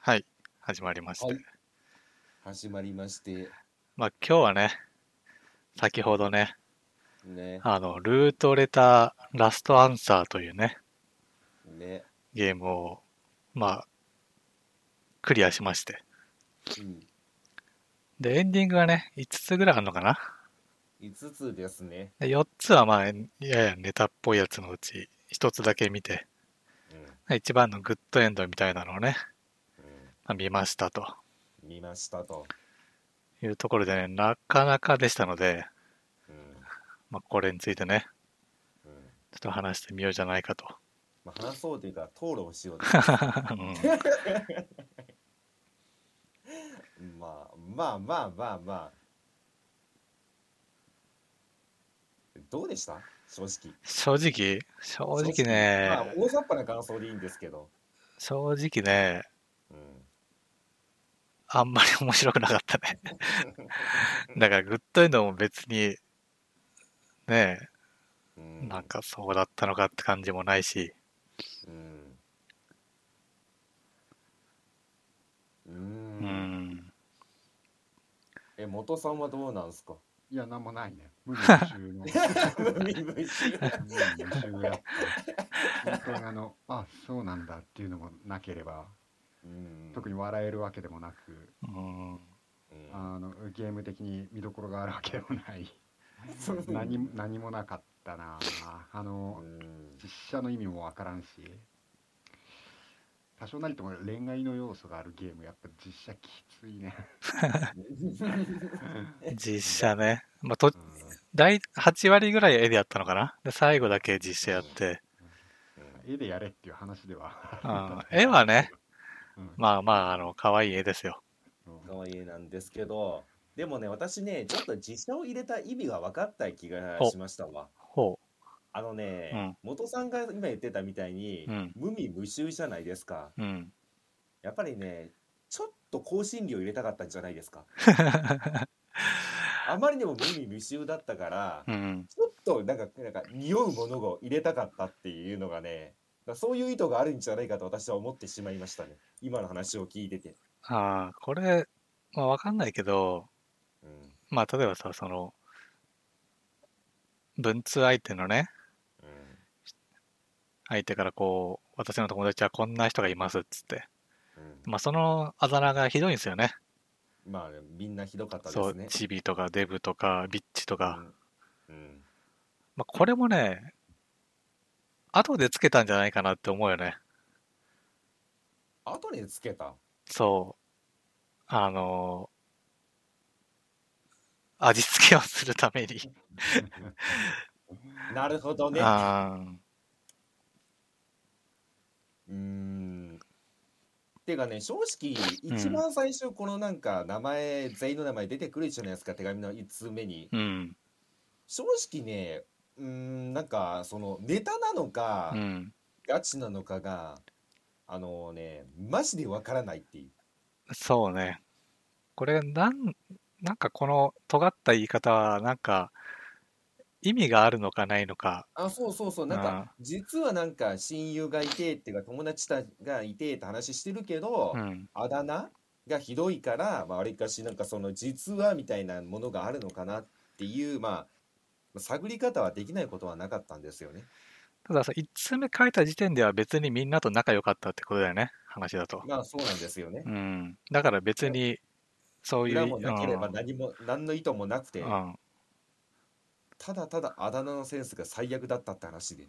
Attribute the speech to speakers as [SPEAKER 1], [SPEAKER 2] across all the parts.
[SPEAKER 1] はい、始まりまして。
[SPEAKER 2] はい始まりまして、
[SPEAKER 1] まあ今日はね、先ほどね、
[SPEAKER 2] ね、
[SPEAKER 1] あの、ルートレターラストアンサーというね、
[SPEAKER 2] ね、
[SPEAKER 1] ゲームを、まあ、クリアしまして。
[SPEAKER 2] うん、
[SPEAKER 1] で、エンディングがね、5つぐらいあるのかな。
[SPEAKER 2] 5つですね。
[SPEAKER 1] で4つはまあ、ややネタっぽいやつのうち、1つだけ見て、一番のグッドエンドみたいなのをね、
[SPEAKER 2] うん、
[SPEAKER 1] まあ見ましたと
[SPEAKER 2] うん、見ましたと。
[SPEAKER 1] いうところでね、なかなかでしたので、
[SPEAKER 2] うん、
[SPEAKER 1] まあこれについてね、
[SPEAKER 2] うん、
[SPEAKER 1] ちょっと話してみようじゃないか と。
[SPEAKER 2] まあ、話そうというか、討論しよ うというか
[SPEAKER 1] うん
[SPEAKER 2] まあ、まあ、まあ、まあ、まあ。どうでした正直。
[SPEAKER 1] 正直正直
[SPEAKER 2] まあ
[SPEAKER 1] ね、
[SPEAKER 2] 大雑把な感想でいいんですけど。
[SPEAKER 1] 正直ね
[SPEAKER 2] うん、
[SPEAKER 1] あんまり面白くなかったねだからグッドエンドも別にね
[SPEAKER 2] うん、
[SPEAKER 1] なんかそうだったのかって感じもないし
[SPEAKER 2] うん。う、
[SPEAKER 1] うんん
[SPEAKER 2] え、元さんはどうなんすか。
[SPEAKER 3] いや、なんもないね。無理無臭の。
[SPEAKER 2] 無理無理
[SPEAKER 3] 無理無臭やった。本当にあの、あ、そうなんだっていうのもなければ、
[SPEAKER 2] うん
[SPEAKER 3] 特に笑えるわけでもなく、
[SPEAKER 1] うん
[SPEAKER 2] うん
[SPEAKER 3] あのゲーム的に見どころがあるわけでもない。
[SPEAKER 2] そう
[SPEAKER 3] 何も何もなかったな。あの、
[SPEAKER 2] うん
[SPEAKER 3] 実写の意味もわからんし、多少なりとも恋愛の要素があるゲーム、やっぱ実写きついね。
[SPEAKER 1] 実写ね、まあ、と
[SPEAKER 3] うん
[SPEAKER 1] 第8割ぐらい絵でやったのかなで最後だけ実写やって、
[SPEAKER 3] 絵でやれっていう話では
[SPEAKER 1] うん、絵はね、
[SPEAKER 3] うん
[SPEAKER 1] まあまああの可愛い絵ですよ
[SPEAKER 3] うん
[SPEAKER 2] 可愛いなんですけど、でもね、私ね、ちょっと実写を入れた意味が分かった気がしましたわ。
[SPEAKER 1] ほ
[SPEAKER 2] あのね、
[SPEAKER 1] うん
[SPEAKER 2] 元さんが今言ってたみたいに、
[SPEAKER 1] うん
[SPEAKER 2] 無味無臭じゃないですか。
[SPEAKER 1] ううん
[SPEAKER 2] やっぱりね、ちょっと香辛料入れたかったんじゃないですか。あまりにも無味無臭だったから、
[SPEAKER 1] うん
[SPEAKER 2] ちょっとなんか、なんか匂うものを入れたかったっていうのがね、だからそういう意図があるんじゃないかと私は思ってしまいましたね。今の話を聞いてて。
[SPEAKER 1] ああこれまあわかんないけど
[SPEAKER 2] うん
[SPEAKER 1] まあ、例えばさ、その、文通相手のね、相手からこう、私の友達はこんな人がいますっつって。
[SPEAKER 2] うん
[SPEAKER 1] まあ、そのあだ名がひどいんですよね。
[SPEAKER 2] うんまあみんなひどかったで
[SPEAKER 1] そ
[SPEAKER 2] す
[SPEAKER 1] う
[SPEAKER 2] ね、。
[SPEAKER 1] チビとかデブとかビッチとか。
[SPEAKER 2] うんうん
[SPEAKER 1] まあ、これもね、後でつけたんじゃないかなって思うよね。
[SPEAKER 2] 後につけた。
[SPEAKER 1] そう。あのー味付けをするために。
[SPEAKER 2] なるほどね。
[SPEAKER 1] あー
[SPEAKER 2] うーん。てかね、正直、
[SPEAKER 1] ん
[SPEAKER 2] 一番最初、このなんか、名前、全員の名前出てくるじゃないですか、手紙の1通目に。
[SPEAKER 1] うん。
[SPEAKER 2] 正直ね、うーん、なんか、その、ネタなのか、
[SPEAKER 1] うん。
[SPEAKER 2] ガチなのかが、あのね、マジでわからないっていう。
[SPEAKER 1] そうね。これ、なん、なんかこの尖った言い方は、なんか、意味があるのかないのか。
[SPEAKER 2] あ、そうそうそう、なんか、実はなんか、親友がいて、っていうか、友達たがいてって話してるけど、
[SPEAKER 1] うん。
[SPEAKER 2] あだ名がひどいから、まあ、あれかしなんかその実はみたいなものがあるのかなっていう、まあ、探り方はできないことはなかったんですよね。
[SPEAKER 1] たださ、1通目書いた時点では別にみんなと仲良かったってことだよね。話だと。
[SPEAKER 2] まあそうなんですよね
[SPEAKER 1] う。ん。だから別に、そういう、
[SPEAKER 2] 裏も
[SPEAKER 1] う
[SPEAKER 2] なければ
[SPEAKER 1] ん
[SPEAKER 2] 何も何の意図もなくて
[SPEAKER 1] うん。うん
[SPEAKER 2] ただただあだ名のセンスが最悪だったって話で。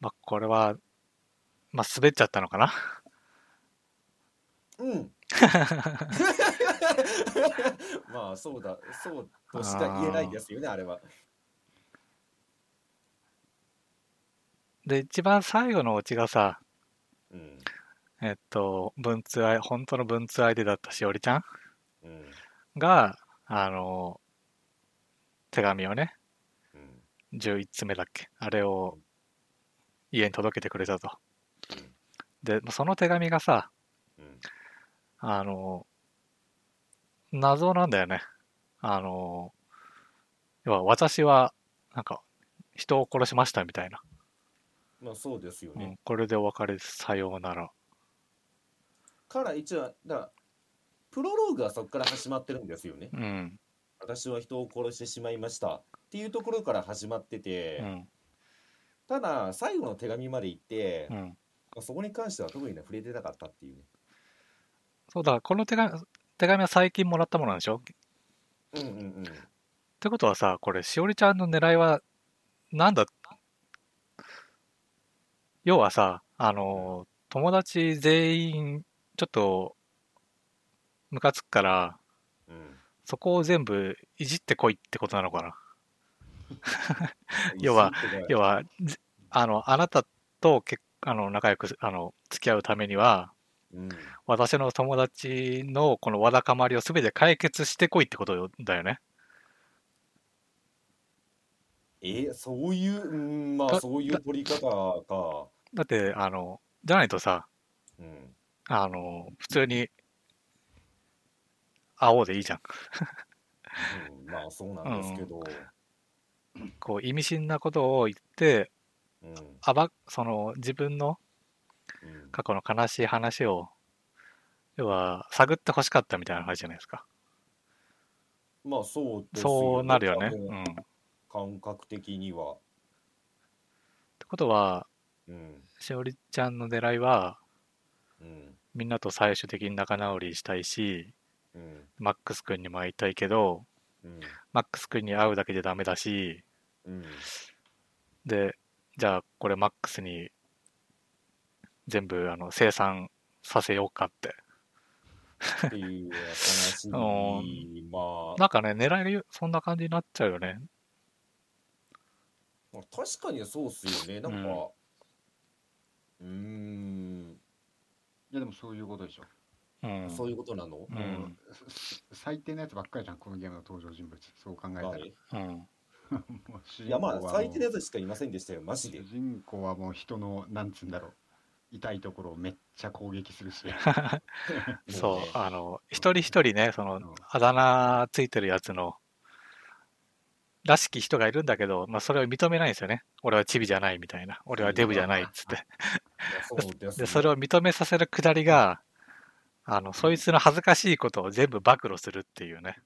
[SPEAKER 1] まあ、これは、まあ、滑っちゃったのかな。
[SPEAKER 2] うん。まあそうだそうとしか言えないですよねあれは。
[SPEAKER 1] で、一番最後のオチがさ、
[SPEAKER 2] うん
[SPEAKER 1] えっと、文通相、本当の文通相手だったしおりちゃん
[SPEAKER 2] うん
[SPEAKER 1] が、あの、手紙をね、
[SPEAKER 2] うん
[SPEAKER 1] 11つ目だっけ、あれを家に届けてくれたと。で、その手紙がさ、
[SPEAKER 2] うん
[SPEAKER 1] あの、謎なんだよね。あの、要は私は、なんか、人を殺しましたみたいな。
[SPEAKER 2] まあそうですよ
[SPEAKER 1] う
[SPEAKER 2] ね。
[SPEAKER 1] ん、これでお別れですさようなら
[SPEAKER 2] から一応だからプロローグはそこから始まってるんですよね。
[SPEAKER 1] うん
[SPEAKER 2] 私は人を殺してしまいましたっていうところから始まってて、
[SPEAKER 1] うん
[SPEAKER 2] ただ最後の手紙まで行って、
[SPEAKER 1] う
[SPEAKER 2] ま
[SPEAKER 1] ん
[SPEAKER 2] あそこに関しては特にね触れてなかったっていうね。
[SPEAKER 1] そうだこの手紙手紙は最近もらったものなんでしょ
[SPEAKER 2] うんうんうん。
[SPEAKER 1] ってことはさこれしおりちゃんの狙いはなんだ要はさあの友達全員ちょっとムカつくから
[SPEAKER 2] う、
[SPEAKER 1] そこを全部いじってこいってことなのかなん要は
[SPEAKER 2] 一緒ってね
[SPEAKER 1] 要はぜあのあなたとけあの仲良くあの付き合うためには
[SPEAKER 2] うん、
[SPEAKER 1] 私の友達のこのわだかまりを全て解決してこいってことよだよね。
[SPEAKER 2] えそういう、うん、ま
[SPEAKER 1] だ
[SPEAKER 2] あそういう取り方か。
[SPEAKER 1] だってあのじゃないとさ
[SPEAKER 2] うん、
[SPEAKER 1] あの普通に会おうでいいじゃん。
[SPEAKER 2] うん、まあそうなんですけど。
[SPEAKER 1] こう意味深なことを言って
[SPEAKER 2] うんうん
[SPEAKER 1] 暴その自分の
[SPEAKER 2] うん
[SPEAKER 1] 過去の悲しい話を要は探ってほしかったみたいな話じゃないですか。
[SPEAKER 2] まあそうです
[SPEAKER 1] そ
[SPEAKER 2] よね
[SPEAKER 1] うなるよね。う
[SPEAKER 2] 多分
[SPEAKER 1] ん、って
[SPEAKER 2] 感覚的には。
[SPEAKER 1] ことは
[SPEAKER 2] うん
[SPEAKER 1] しおりちゃんの狙いは
[SPEAKER 2] うん
[SPEAKER 1] みんなと最終的に仲直りしたいし
[SPEAKER 2] うん
[SPEAKER 1] マックス君にも会いたいけど
[SPEAKER 2] うん
[SPEAKER 1] マックス君に会うだけじゃダメだし
[SPEAKER 2] うん
[SPEAKER 1] でじゃあこれマックスに全部あの生産させようかって
[SPEAKER 2] っていう話
[SPEAKER 1] あ
[SPEAKER 2] に、
[SPEAKER 1] の
[SPEAKER 2] まあ、
[SPEAKER 1] なんかね狙いがそんな感じになっちゃうよね
[SPEAKER 2] 確かにそうっすよね。なんか、うーん、
[SPEAKER 3] いやでもそういうことでしょ。
[SPEAKER 1] うん
[SPEAKER 2] そういうことなの、
[SPEAKER 1] うん
[SPEAKER 3] もす最低なやつばっかりじゃん、このゲームの登場人物。そう考えたら。
[SPEAKER 2] まあね
[SPEAKER 1] うん
[SPEAKER 3] もう主
[SPEAKER 2] い
[SPEAKER 3] 人
[SPEAKER 2] や、
[SPEAKER 3] 公は
[SPEAKER 2] ま
[SPEAKER 3] もう
[SPEAKER 2] あ、最低なやつしかいませんでしたよ、マジで
[SPEAKER 3] 主。人公はもう人の、なんつうんだろう。痛いところをめっちゃ攻撃するし。
[SPEAKER 1] そう、
[SPEAKER 2] もうね
[SPEAKER 1] あの一人一人ねその
[SPEAKER 3] ん
[SPEAKER 1] あだ名ついてるやつのらしき人がいるんだけど、まあ、それを認めないんですよね俺はチビじゃないみたいな俺はデブじゃないっつって
[SPEAKER 2] いやそうです
[SPEAKER 1] で
[SPEAKER 2] ね
[SPEAKER 1] それを認めさせるくだりがあのそいつの恥ずかしいことを全部暴露するっていうね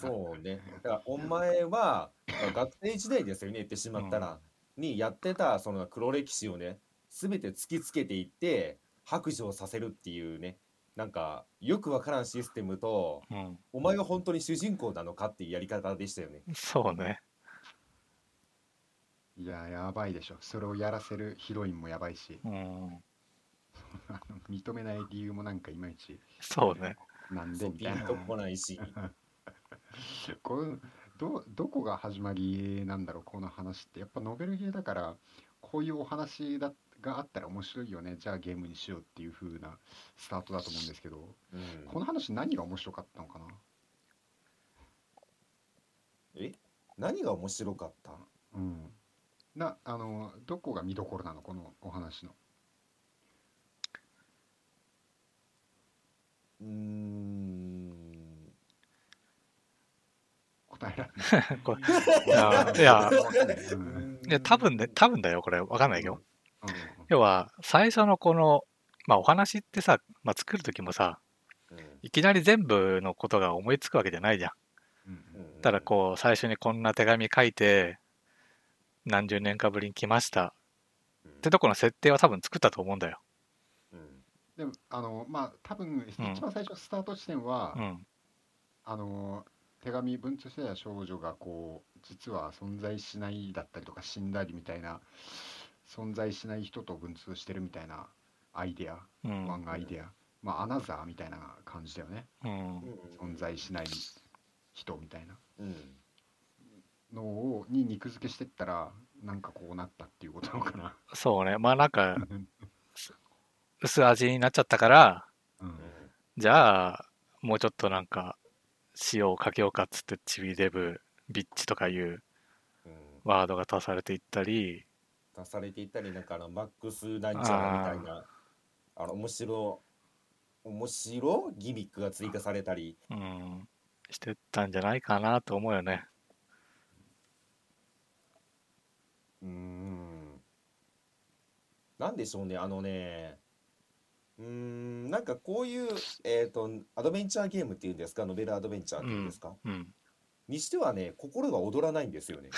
[SPEAKER 2] そうね。だから、お前は、学生時代ですよね、言ってしまったら。にやってた、その黒歴史をね、すべて突きつけていって、白状させるっていうね、なんか、よくわからんシステムと、
[SPEAKER 1] うん
[SPEAKER 2] お前は本当に主人公なのかっていうやり方でしたよね。
[SPEAKER 1] そうね
[SPEAKER 3] いや、やばいでしょ。それをやらせるヒロインもやばいし、
[SPEAKER 1] うん
[SPEAKER 3] あの認めない理由もなんかいまいち、
[SPEAKER 1] そうね
[SPEAKER 3] なん
[SPEAKER 2] そ
[SPEAKER 3] で
[SPEAKER 2] う
[SPEAKER 3] み
[SPEAKER 2] ピ
[SPEAKER 3] たい
[SPEAKER 2] ン
[SPEAKER 3] な
[SPEAKER 2] と。こないし。
[SPEAKER 3] これどどこが始まりなんだろうこの話ってやっぱノベルゲーだからこういうお話だがあったら面白いよねじゃあゲームにしようっていう風なスタートだと思うんですけど
[SPEAKER 2] うん
[SPEAKER 3] この話何が面白かったのかな
[SPEAKER 2] え何が面白かった
[SPEAKER 3] うんなあのどこが見どころなのこのお話の
[SPEAKER 2] うーん。
[SPEAKER 3] 答えられない
[SPEAKER 1] これ いやいや
[SPEAKER 3] うんうんうん
[SPEAKER 1] いや多分ね多分だよこれわかんないけど要は最初のこの、まあ、お話ってさ、まあ、作る時もさ
[SPEAKER 2] うん
[SPEAKER 1] いきなり全部のことが思いつくわけじゃないじゃん
[SPEAKER 3] うん
[SPEAKER 2] うん
[SPEAKER 1] ただこう最初にこんな手紙書いて何十年かぶりに来ました
[SPEAKER 2] うん、
[SPEAKER 1] ってとこの設定は多分作ったと思うんだよ。
[SPEAKER 2] うん
[SPEAKER 3] でもあのまあ多分
[SPEAKER 1] うん
[SPEAKER 3] 一番最初スタート地点は、
[SPEAKER 1] うん
[SPEAKER 3] あの手紙文通してた少女がこう実は存在しないだったりとか死んだりみたいな存在しない人と文通してるみたいなアイデア
[SPEAKER 1] う
[SPEAKER 3] 漫
[SPEAKER 1] ん
[SPEAKER 3] 画アイデア、まあアナザーみたいな感じだよね
[SPEAKER 1] うん
[SPEAKER 3] 存在しない人みたいな
[SPEAKER 2] うん
[SPEAKER 3] のをに肉付けしてったらなんかこうなったっていうことなのかな、
[SPEAKER 1] そうねまあなんか
[SPEAKER 3] うん
[SPEAKER 1] 薄味になっちゃったから
[SPEAKER 3] うん
[SPEAKER 1] じゃあもうちょっとなんか塩をかけようかっつってチビデブビッチとかいう
[SPEAKER 2] うん
[SPEAKER 1] ワードが足されていったり
[SPEAKER 2] 足されていったりなんかあのマックスなんちゃらみたいなあの面白面白ギミックが追加されたり
[SPEAKER 1] うんしてったんじゃないかなと思うよね。
[SPEAKER 2] うーんなんでしょうね、あのね、うーん、なんかこういう、えっと、アドベンチャーゲームっていうんですか、ノベルアドベンチャーっていうんですか、
[SPEAKER 1] うん。
[SPEAKER 2] にしてはね、心が躍らないんです よね。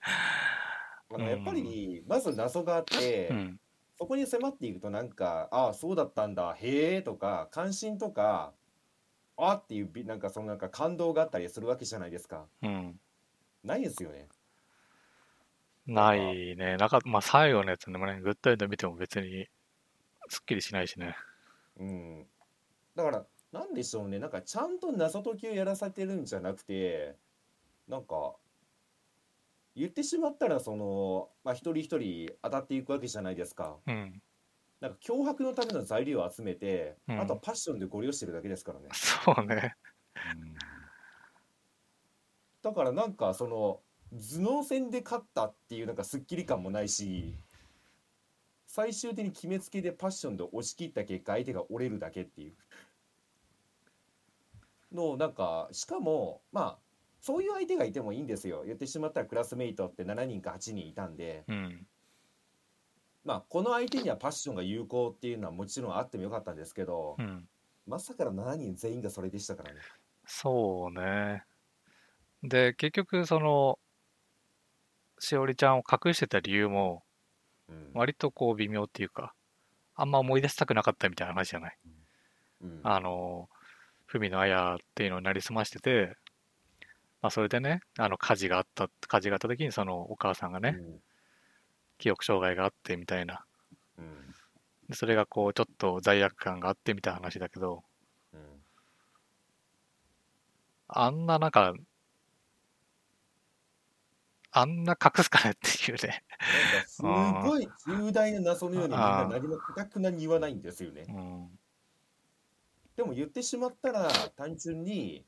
[SPEAKER 2] あのやっぱり、まず謎があって、
[SPEAKER 1] うん。
[SPEAKER 2] そこに迫っていくとなんか、ああ、そうだったんだ、へえとか、関心とか、ああっていうび、なんかそのなんか感動があったりするわけじゃないですか。
[SPEAKER 1] うん。
[SPEAKER 2] ないですよね。
[SPEAKER 1] ないね。なんか、まあ、最後のやつでもね、グッドエンド見ても別に、すっきりしないしね。
[SPEAKER 2] うん。だから、なんでしょうね、なんかちゃんと謎解きをやらされてるんじゃなくて、なんか、言ってしまったら、その、まあ、一人一人当たっていくわけじゃないですか。
[SPEAKER 1] うん。
[SPEAKER 2] なんか脅迫のための材料を集めて、
[SPEAKER 1] うん
[SPEAKER 2] あとはパッションでご利用してるだけですからね。
[SPEAKER 1] そうね。
[SPEAKER 3] うん
[SPEAKER 2] だからなんかその頭脳戦で勝ったっていうなんかスッキリ感もないし最終的に決めつけでパッションで押し切った結果相手が折れるだけっていうのなんかしかもまあそういう相手がいてもいいんですよ言ってしまったらクラスメイトって7人か8人いたんで
[SPEAKER 1] うん。
[SPEAKER 2] まあこの相手にはパッションが有効っていうのはもちろんあってもよかったんですけど
[SPEAKER 1] うん。
[SPEAKER 2] まさかの7人全員がそれでしたからね。
[SPEAKER 1] そうね。で、結局、その、しおりちゃんを隠してた理由も、
[SPEAKER 2] うん
[SPEAKER 1] 割とこう微妙っていうか、あんま思い出したくなかったみたいな話じゃない。
[SPEAKER 2] うん
[SPEAKER 1] あの、文野綾っていうのになりすましてて、まあ、それでね、あの火事があった、火事があった時にそのお母さんがね、記憶障害があってみたいな、
[SPEAKER 2] うん
[SPEAKER 1] でそれがこうちょっと罪悪感があってみたいな話だけど、
[SPEAKER 2] うんうん
[SPEAKER 1] あんななんか、あんな隠すかねっていうね。
[SPEAKER 2] なんかすごい重大な謎のようにみんな何もかくなに言わないんですよね
[SPEAKER 1] う。ん。
[SPEAKER 2] でも言ってしまったら単純に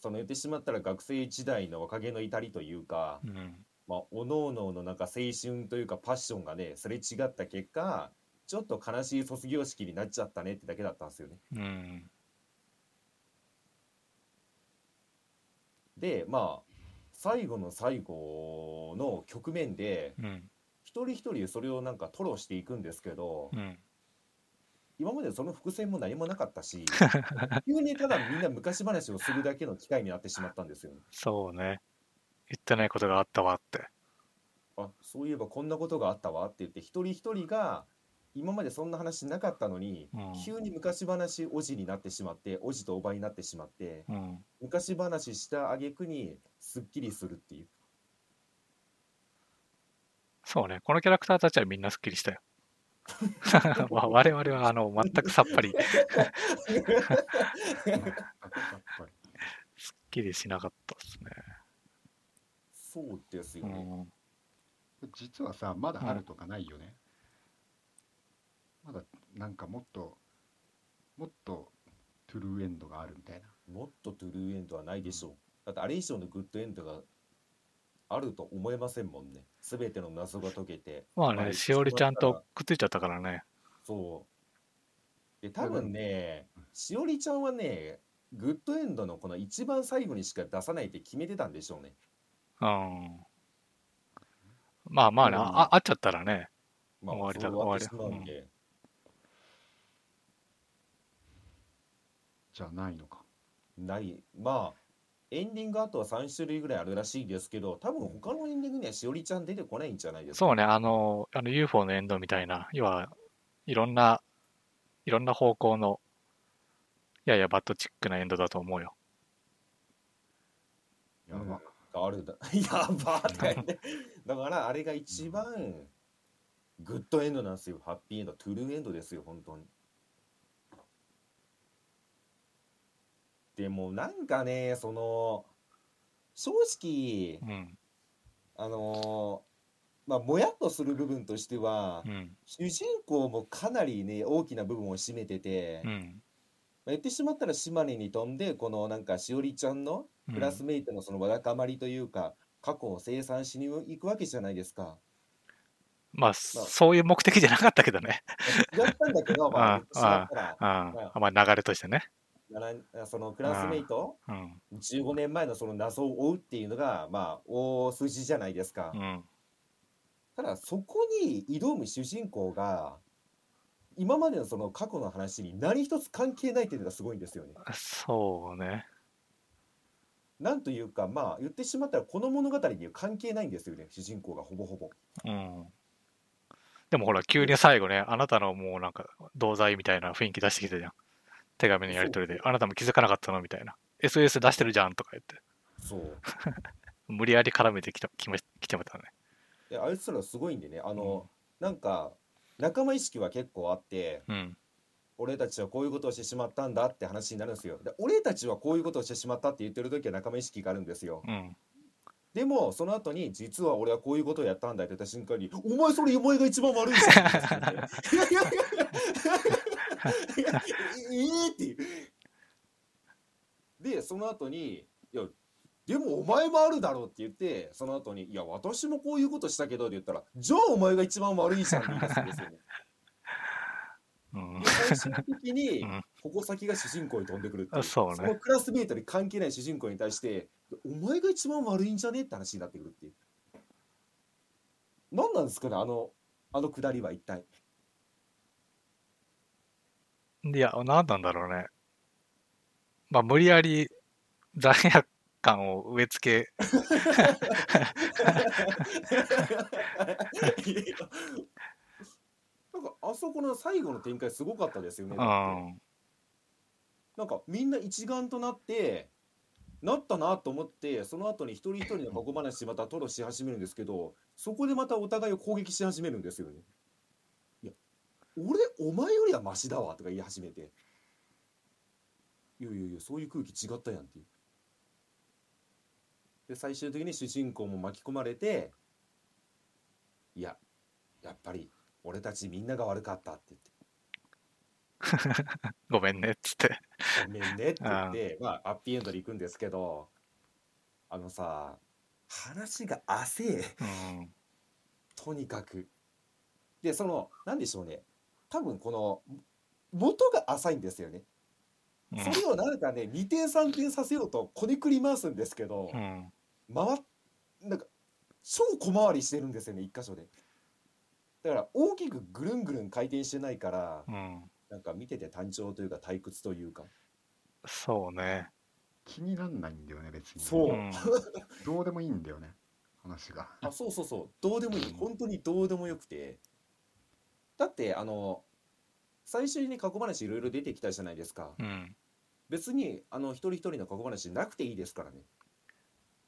[SPEAKER 2] その言ってしまったら学生時代の若気の至りというか、
[SPEAKER 1] うん。
[SPEAKER 2] まあ、おのおののなんか青春というかパッションがねすれ違った結果ちょっと悲しい卒業式になっちゃったねってだけだったんですよね。
[SPEAKER 1] うん。
[SPEAKER 2] でまあ最後の最後の局面で
[SPEAKER 1] うん。
[SPEAKER 2] 一人一人それをなんか吐露していくんですけど。
[SPEAKER 1] うん。
[SPEAKER 2] 今までその伏線も何もなかったし急にただみんな昔話をするだけの機会になってしまったんですよね。
[SPEAKER 1] そうね。言ってないことがあったわって。
[SPEAKER 2] あそういえばこんなことがあったわって言って一人一人が今までそんな話なかったのに、
[SPEAKER 1] うん
[SPEAKER 2] 急に昔話おじになってしまっておじとおばになってしまって
[SPEAKER 1] うん。
[SPEAKER 2] 昔話した挙句にすっきりするっていう。
[SPEAKER 1] そうね、このキャラクターたちはみんなスッキリした よ。まあ我々はあの全くさっぱり、スッ
[SPEAKER 3] さっぱり
[SPEAKER 1] キリしなかったですね。
[SPEAKER 2] そうですよ
[SPEAKER 1] う
[SPEAKER 2] ね。
[SPEAKER 1] ん、
[SPEAKER 3] 実はさまだあるとかないよね、まだなんかもっともっとトゥルーエンドがあるみたいな
[SPEAKER 2] もっとトゥルーエンドはないでしょう。だってあれ以上のグッドエンドがあると思えませんもんね。すべての謎が解けて。
[SPEAKER 1] まあ
[SPEAKER 2] まあ
[SPEAKER 1] ね、しおりちゃんとくっついちゃったからね。
[SPEAKER 2] そう。で、多分ね、しおりちゃんはね、グッドエンドのこの一番最後にしか出さないって決めてたんでしょうね。
[SPEAKER 1] うん。まあまあね、
[SPEAKER 2] うん
[SPEAKER 1] あ会っちゃったらね。
[SPEAKER 2] まあ、
[SPEAKER 1] 終わりだ
[SPEAKER 2] そう終わってしまうん
[SPEAKER 1] 終
[SPEAKER 2] で。
[SPEAKER 3] じゃないのか
[SPEAKER 2] ない。まあ、エンディングあとは3種類ぐらいあるらしいですけど、多分他のエンディングにはしおりちゃん出てこないんじゃないですか。
[SPEAKER 1] そうね、あの、あの UFO のエンドみたいな、要はいろんな、いろんな方向の、ややバッドチックなエンドだと思うよ。
[SPEAKER 3] やば、
[SPEAKER 2] うんあるだ。 やばーとか言って。だから、あれが一番グッドエンドなんですよ。ハッピーエンド、トゥルーエンドですよ、本当に。でも、なんかね、その、正直、
[SPEAKER 1] うん。
[SPEAKER 2] あのーまあ、もやっとする部分としては
[SPEAKER 1] う、ん。
[SPEAKER 2] 主人公もかなりね、大きな部分を占めてて、
[SPEAKER 1] う
[SPEAKER 2] まあ
[SPEAKER 1] ん。
[SPEAKER 2] 言ってしまったら島根に飛んで、このなんか、しおりちゃんの
[SPEAKER 1] うん
[SPEAKER 2] クラスメイトのそのわだかまりというか、過去を清算しに行くわけじゃないですか。
[SPEAKER 1] まあ、そういう目的じゃなかったけどね。
[SPEAKER 2] 違ったんだけ ど、まあ、
[SPEAKER 1] あ
[SPEAKER 2] 言ってしまったら
[SPEAKER 1] うん。あまあ流れとしてね。
[SPEAKER 2] なら、そのクラスメイト、
[SPEAKER 1] うん。
[SPEAKER 2] 15年前のその謎を追うっていうのが、まあ、大筋じゃないですか
[SPEAKER 1] う。ん。
[SPEAKER 2] ただそこに挑む主人公が今までのその過去の話に何一つ関係ないっていうのがすごいんですよね。
[SPEAKER 1] そうね。
[SPEAKER 2] なんというかまあ言ってしまったらこの物語には関係ないんですよね主人公がほぼほぼ。
[SPEAKER 1] うん。でもほら、急に最後ね、あなたのもうなんか、同罪みたいな雰囲気出してきたじゃん。手紙のやり取りで、あなたも気づかなかったのみたいな。SOS 出してるじゃんとか言って、
[SPEAKER 2] そう
[SPEAKER 1] 無理やり絡めてきたきまきてましたね。
[SPEAKER 2] であいつらすごいんでねあの、なんか仲間意識は結構あって
[SPEAKER 1] うん。
[SPEAKER 2] 俺たちはこういうことをしてしまったんだって話になるんですよ。で俺たちはこういうことをしてしまったって言ってる時は仲間意識があるんですよ。
[SPEAKER 1] うん。
[SPEAKER 2] でもその後に実は俺はこういうことをやったんだって言った瞬間に「お前それお前が一番悪いじゃん」って言っていやいやいやいやいいっていう。でその後に「いやでもお前もあるだろ」って言ってその後に「いや私もこういうことしたけど」って言ったら「じゃあお前が一番悪いじゃん」って言い出すんですよね。
[SPEAKER 1] うん
[SPEAKER 2] で。最終的に
[SPEAKER 1] うん
[SPEAKER 2] 矛先が主人公に飛んでくるってい
[SPEAKER 1] あそうね
[SPEAKER 2] そのクラスメートに関係ない主人公に対して「お前が一番悪いんじゃね?」って話になってくるっていう何なんですかねあのあの下りは一 体
[SPEAKER 1] いや、なんなんだろうね。まあ、無理やり罪悪感を植え付け、
[SPEAKER 2] なんかあそこの最後の展開すごかったですよね、
[SPEAKER 1] う
[SPEAKER 2] だって
[SPEAKER 1] ん。
[SPEAKER 2] なんかみんな一丸となってなったなと思ってその後に一人一人の過去話またトロし始めるんですけどそこでまたお互いを攻撃し始めるんですよね。いや俺お前よりはマシだわとか言い始めて「いやいやいやそういう空気違ったやん」っていう。で最終的に主人公も巻き込まれて「いややっぱり俺たちみんなが悪かった」って言って。
[SPEAKER 1] ごめんね、っつって。
[SPEAKER 2] ごめんねって言って、まあ、ハッピーエンドで行くんですけど、あのさ、話が汗え、
[SPEAKER 1] うん。
[SPEAKER 2] とにかく。で、その、なんでしょうね、多分この、元が浅いんですよね。
[SPEAKER 1] うん
[SPEAKER 2] それをなんかね、2点3点させようとこねくり回すんですけど
[SPEAKER 1] う、ん。
[SPEAKER 2] 回っなんか、超小回りしてるんですよね、一箇所で。だから、大きくぐるんぐるん回転してないから、
[SPEAKER 1] うん。
[SPEAKER 2] なんか見てて単調というか退屈というか。
[SPEAKER 1] そうね。
[SPEAKER 3] 気になんないんだよね別に
[SPEAKER 2] そう
[SPEAKER 1] うん。
[SPEAKER 3] どうでもいいんだよね話が
[SPEAKER 2] あそうそうそうどうでもいい
[SPEAKER 3] うん
[SPEAKER 2] 本当にどうでもよくてだってあの最初に過去話いろいろ出てきたじゃないですか
[SPEAKER 1] うん。
[SPEAKER 2] 別にあの一人一人の過去話なくていいですからね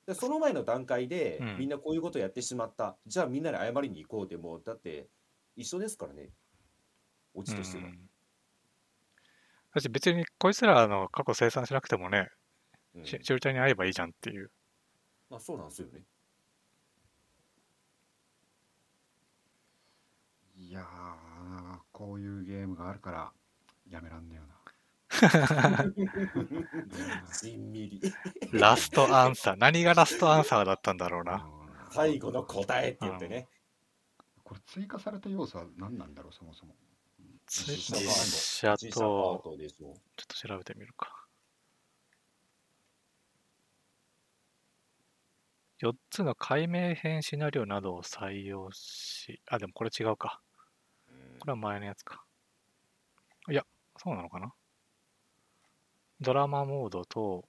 [SPEAKER 2] でその前の段階で、
[SPEAKER 1] うん
[SPEAKER 2] みんなこういうことやってしまったじゃあみんなで謝りに行こうでもだって一緒ですからねオチとしては、
[SPEAKER 1] うんだし別にこいつらの過去清算しなくてもね、
[SPEAKER 2] うん
[SPEAKER 1] ししおりちゃんに会えばいいじゃんっていう。
[SPEAKER 2] まあそうなんですよね
[SPEAKER 3] いやーこういうゲームがあるからやめらんねよ な
[SPEAKER 2] じんみり
[SPEAKER 1] ラストアン サー。何がラストアンサーだったんだろうな。
[SPEAKER 3] うん
[SPEAKER 2] 最後の答えって言ってね
[SPEAKER 3] これ追加された要素は何なんだろうそもそも
[SPEAKER 1] 実
[SPEAKER 2] 実
[SPEAKER 1] 写と、
[SPEAKER 2] 自
[SPEAKER 1] ち
[SPEAKER 2] 社パ
[SPEAKER 1] ょ
[SPEAKER 2] ートでしょ
[SPEAKER 1] っと調べてみるか。4つの解明編シナリオなどを採用し、あ、でもこれ違うか。これは前のやつか。いや、そうなのかな。ドラマモードと、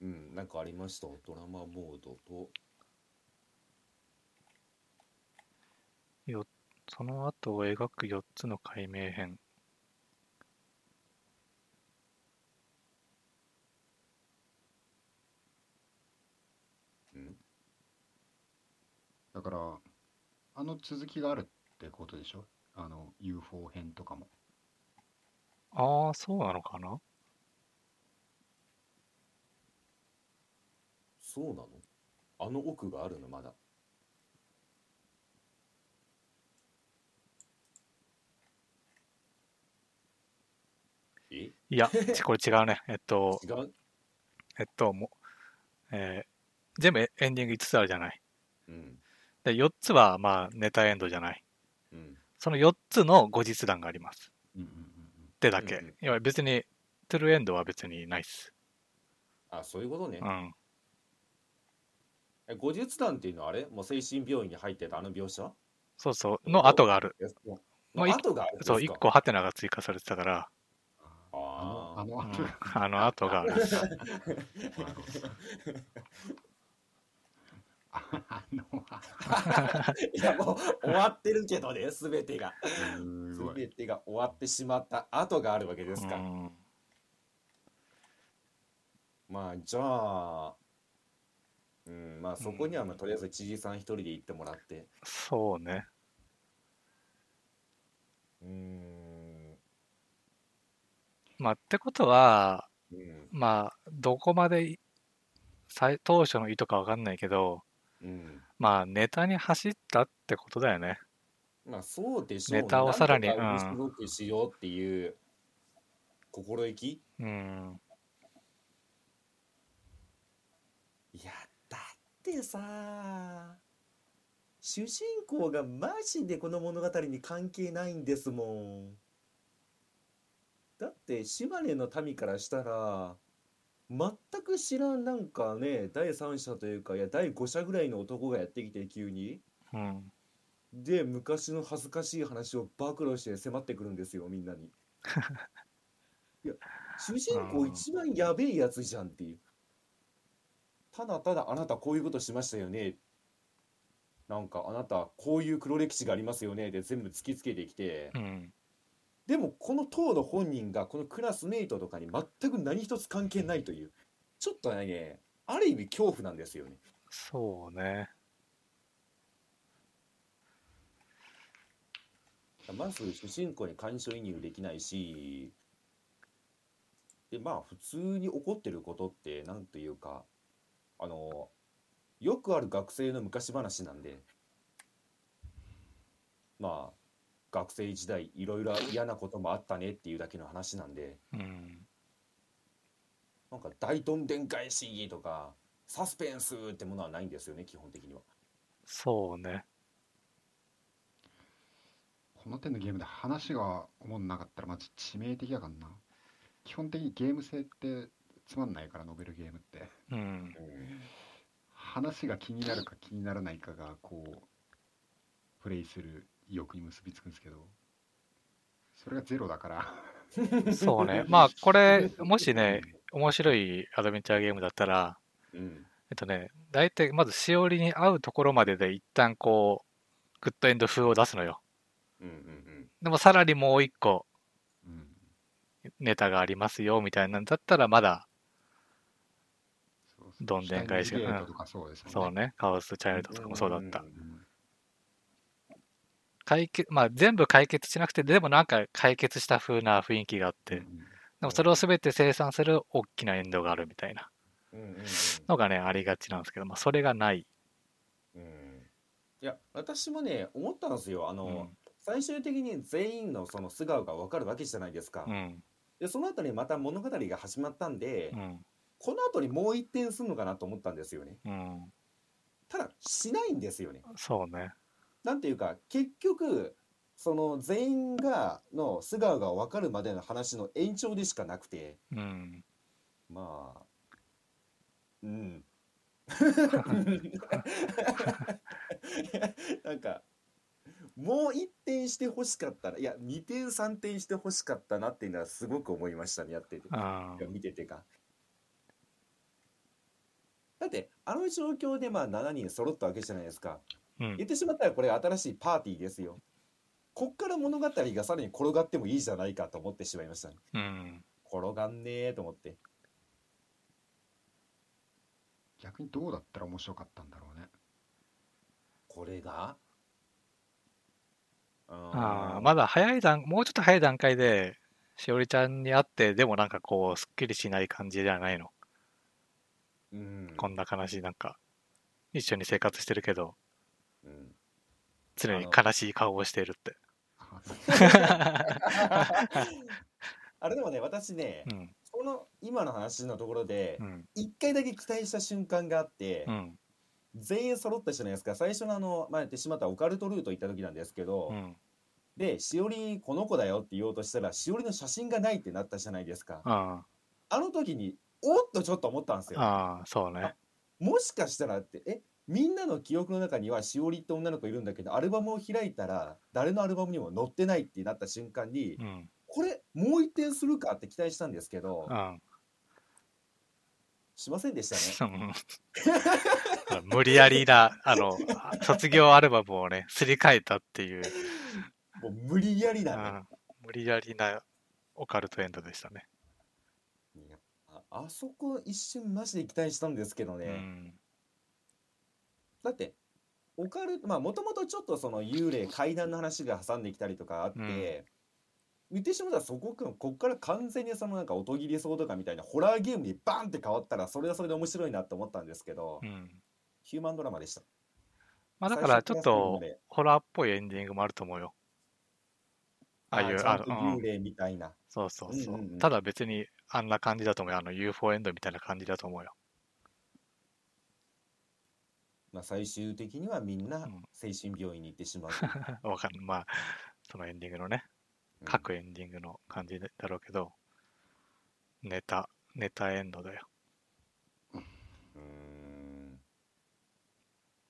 [SPEAKER 2] うん、なんかありました。ドラマモードと。
[SPEAKER 1] その後を描く4つの解明編。
[SPEAKER 2] うん、
[SPEAKER 3] だからあの続きがあるってことでしょあの UFO 編とかも
[SPEAKER 1] ああ、そうなのかな
[SPEAKER 2] そうなのあの奥があるのまだ。え
[SPEAKER 1] いや、 ちこれ違うね。えっと、
[SPEAKER 2] 違う
[SPEAKER 1] えっと、もう、えー全部エエンディング5つあるじゃない。
[SPEAKER 2] うん。
[SPEAKER 1] で、4つは、まあ、ネタエンドじゃない。
[SPEAKER 2] うん。
[SPEAKER 1] その4つの後日談があります。
[SPEAKER 3] うんうんうんうん
[SPEAKER 1] てだけ。
[SPEAKER 2] うんうん
[SPEAKER 1] いや、別に、トゥルーエンドは別にないっす。
[SPEAKER 2] あそういうことね
[SPEAKER 1] う。ん。
[SPEAKER 2] え後日談っていうのはあれもう精神病院に入ってたあの描写
[SPEAKER 1] そうそう。の後がある。
[SPEAKER 2] いやその
[SPEAKER 1] もう
[SPEAKER 2] の
[SPEAKER 1] い
[SPEAKER 2] 後があるんですか
[SPEAKER 1] そう、一個ハテナが追加されてたから、
[SPEAKER 2] あー
[SPEAKER 3] あの
[SPEAKER 1] う
[SPEAKER 3] あ
[SPEAKER 1] ん
[SPEAKER 3] の
[SPEAKER 1] あの後がある。
[SPEAKER 3] あのあ
[SPEAKER 2] いやもう終わってるけどね全てが
[SPEAKER 3] のすごい
[SPEAKER 2] 全てが終わってしまった後があるわけで
[SPEAKER 1] う
[SPEAKER 2] すから、
[SPEAKER 1] ん。
[SPEAKER 2] まあじゃあうんまあそこにはまあとりあえず知事さん一人で行ってもらって
[SPEAKER 1] そうね。
[SPEAKER 2] うん
[SPEAKER 1] まあ、ってことは、
[SPEAKER 2] うん
[SPEAKER 1] まあ、どこまでい最当初の意図かわかんないけど、
[SPEAKER 2] うん
[SPEAKER 1] まあ、ネタに走ったってことだよね。
[SPEAKER 2] まあそうでしょうね
[SPEAKER 1] ネタをさらに
[SPEAKER 2] なんとか面
[SPEAKER 1] うん
[SPEAKER 2] 白くしようっていう心意気
[SPEAKER 1] うん。
[SPEAKER 2] いやだってさ主人公がマジでこの物語に関係ないんですもんだって島根の民からしたら全く知らんなんかね第三者というかいや第五者ぐらいの男がやってきて急に
[SPEAKER 1] うん。
[SPEAKER 2] で昔の恥ずかしい話を暴露して迫ってくるんですよみんなにいや主人公一番やべえやつじゃんっていうただただあなたこういうことしましたよねなんかあなたこういう黒歴史がありますよねで全部突きつけてきて
[SPEAKER 1] うん。
[SPEAKER 2] でもこの当の本人がこのクラスメイトとかに全く何一つ関係ないというちょっとねある意味恐怖なんですよね
[SPEAKER 1] そうね。
[SPEAKER 2] まず主人公に感情移入できないし、で、まあ普通に起こってることって、なんというか、あの、よくある学生の昔話なんで、まあ、学生時代いろいろ嫌なこともあったねっていうだけの話なんで、
[SPEAKER 1] うん。
[SPEAKER 2] なんか大どんでん返しとか、サスペンスってものはないんですよね、基本的には。
[SPEAKER 1] そうね。
[SPEAKER 3] この手のゲームで話が思んなかったらマジ致命的やからな基本的にゲーム性ってつまんないからノベルゲームって
[SPEAKER 1] うん。
[SPEAKER 3] 話が気になるか気にならないかがこうプレイする意欲に結びつくんですけどそれがゼロだから
[SPEAKER 1] そう ね。まあ、これ、もしね、面白いアドベンチャーゲームだったら、
[SPEAKER 2] うん。
[SPEAKER 1] えっとね、大体、まずしおりに会うところまでで一旦こう、グッドエンド風を出すのよ。
[SPEAKER 2] うんうんうん。
[SPEAKER 1] でも、さらにもう一個、
[SPEAKER 3] うん
[SPEAKER 1] ネタがありますよ、みたいなんだったら、まだ、
[SPEAKER 3] そうそう
[SPEAKER 1] どんでん返しが
[SPEAKER 3] シュタインゲートとかそうです
[SPEAKER 1] そう
[SPEAKER 3] よね
[SPEAKER 1] ね、カオスチャイルドとかもそうだった
[SPEAKER 2] ん。ん
[SPEAKER 3] うん
[SPEAKER 1] 解決、まあ、全部解決しなくて、でもなんか解決した風な雰囲気があって、でもそれを全て生産する大きなエンドがあるみたいな
[SPEAKER 2] うん。うんうんうん
[SPEAKER 1] のがね、ありがちなんですけど、まあ、それがない。
[SPEAKER 2] うんいや私もね思ったんですよあの、
[SPEAKER 1] うん。
[SPEAKER 2] 最終的に全員のその素顔が分かるわけじゃないですか、
[SPEAKER 1] うん。
[SPEAKER 2] でその後にまた物語が始まったんで、
[SPEAKER 1] うん。
[SPEAKER 2] この後にもう一転するのかなと思ったんですよね
[SPEAKER 1] うん。
[SPEAKER 2] ただしないんですよね
[SPEAKER 1] そうね。
[SPEAKER 2] なんていうか結局その全員がの素顔が分かるまでの話の延長でしかなくて
[SPEAKER 1] うん。
[SPEAKER 2] まあうん なんかもう1点してほしかったないや2点3点してほしかったなっていうのはすごく思いましたねやってて
[SPEAKER 1] あ
[SPEAKER 2] いや見ててかだってあの状況でまあ7人揃ったわけじゃないですか
[SPEAKER 1] ーうん
[SPEAKER 2] 言。ってしまったらこれ新しいパーティーですよこっから物語がさらに転がってもいいじゃないかと思ってしまいましたね
[SPEAKER 1] うん。
[SPEAKER 2] 転がんねえと思って
[SPEAKER 3] 逆にどうだったら面白かったんだろうね
[SPEAKER 2] これがあ
[SPEAKER 1] ああ、
[SPEAKER 2] ー
[SPEAKER 1] まだ早い段、もうちょっと早い段階で、しおりちゃんに会って、でもなんかこう、すっきりしない感じではないの。
[SPEAKER 2] うん
[SPEAKER 1] こんな悲しい、なんか、一緒に生活してるけど、
[SPEAKER 2] うん
[SPEAKER 1] 常に悲しい顔をしている って。
[SPEAKER 3] あ
[SPEAKER 2] あれでもね私ね、
[SPEAKER 1] うん。
[SPEAKER 2] この今の話のところで
[SPEAKER 1] うん。
[SPEAKER 2] 一回だけ期待した瞬間があって、
[SPEAKER 1] うん。
[SPEAKER 2] 全員揃ったじゃないですか最初のあのまあ言ってしまったオカルトルート行った時なんですけど、
[SPEAKER 1] うん。
[SPEAKER 2] でしおりこの子だよって言おうとしたらしおりの写真がないってなったじゃないですか
[SPEAKER 1] あ
[SPEAKER 2] あの時におっとちょっと思ったんです
[SPEAKER 1] あ、
[SPEAKER 2] よ
[SPEAKER 1] ああそうね。
[SPEAKER 2] もしかしたらってえみんなの記憶の中にはしおりって女の子いるんだけどアルバムを開いたら誰のアルバムにも載ってないってなった瞬間に
[SPEAKER 1] うん。
[SPEAKER 2] これもう一点するかって期待したんですけど
[SPEAKER 1] うん。
[SPEAKER 2] しませんでしたね
[SPEAKER 1] うん無理やりな、あの、卒業アルバムをね、すり替えたっていう、
[SPEAKER 2] もう無理やり
[SPEAKER 1] う
[SPEAKER 2] だね
[SPEAKER 1] ん、無理やりなオカルトエンドでしたね。
[SPEAKER 2] いやああそこ一瞬マジで期待したんですけどね、
[SPEAKER 1] うん。
[SPEAKER 2] だってオカルトまあもともとちょっとその幽霊怪談の話が挟んできたりとかあって、
[SPEAKER 1] うん
[SPEAKER 2] 言ってしまったらそこくんこっから完全にそのなんか音切りそうとかみたいなホラーゲームにバンって変わったらそれはそれで面白いなって思ったんですけど、
[SPEAKER 1] うん。
[SPEAKER 2] ヒューマンドラマでした
[SPEAKER 1] まあだからちょっと
[SPEAKER 2] 最初から最後まで
[SPEAKER 1] ホラーっぽいエンディングもあると思うよ。ああいう、
[SPEAKER 2] ちゃ
[SPEAKER 1] あ
[SPEAKER 2] ん
[SPEAKER 1] の、
[SPEAKER 2] と
[SPEAKER 1] うん
[SPEAKER 2] 幽霊みたいな、
[SPEAKER 1] そうそうそう。
[SPEAKER 2] うんうんうん
[SPEAKER 1] ただ別にあんな感じだと思うよ。あの UFO エンドみたいな感じだと思うよ。
[SPEAKER 2] まあ、最終的にはみん
[SPEAKER 1] う
[SPEAKER 2] なん精神病院に行って しまう、
[SPEAKER 1] わかんない。まあ、そのエンディングのね、
[SPEAKER 2] うん
[SPEAKER 1] 各エンディングの感じだろうけど、ネタ、ネタエンドだよ。
[SPEAKER 2] うー ん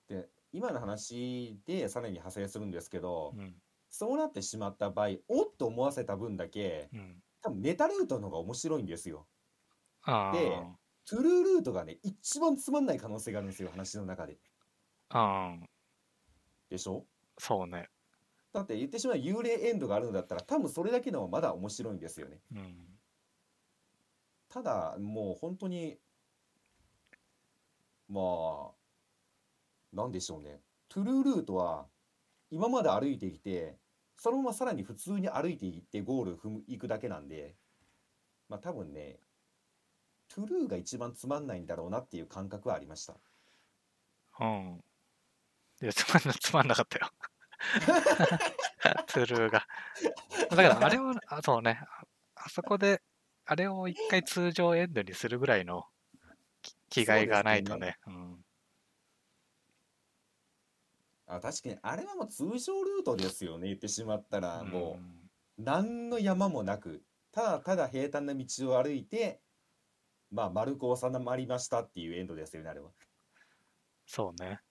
[SPEAKER 2] で今の話でさらに派生するんですけど、
[SPEAKER 1] うん。
[SPEAKER 2] そうなってしまった場合おっと思わせた分だけ
[SPEAKER 1] うん。
[SPEAKER 2] 多分ネタルートの方が面白いんですよ
[SPEAKER 1] あ
[SPEAKER 2] でトゥルールートがね一番つまんない可能性があるんですよ話の中で
[SPEAKER 1] あ、うん。
[SPEAKER 2] でしょ
[SPEAKER 1] そうね。
[SPEAKER 2] だって言ってしまう幽霊エンドがあるのだったら多分それだけの方がまだ面白いんですよね
[SPEAKER 1] うん。
[SPEAKER 2] ただもう本当にまあなんでしょうねトゥルールートは今まで歩いてきてそのままさらに普通に歩いていってゴール踏む行くだけなんでまあ多分ねトゥルーが一番つまんないんだろうなっていう感覚はありました
[SPEAKER 1] うん。いや、つまんな、つまんなか ったよ。トゥルーが。だから、あれを、あそうね、ああそこで、あれを一回通常エンドにするぐらいのき気概がないとね。うん。
[SPEAKER 2] あ確かにあれはもう通常ルートですよね言ってしまったらも
[SPEAKER 1] ん
[SPEAKER 2] う何の山もなくただただ平坦な道を歩いてまあ丸く収まりましたっていうエンドですよねあれは。
[SPEAKER 1] そうね。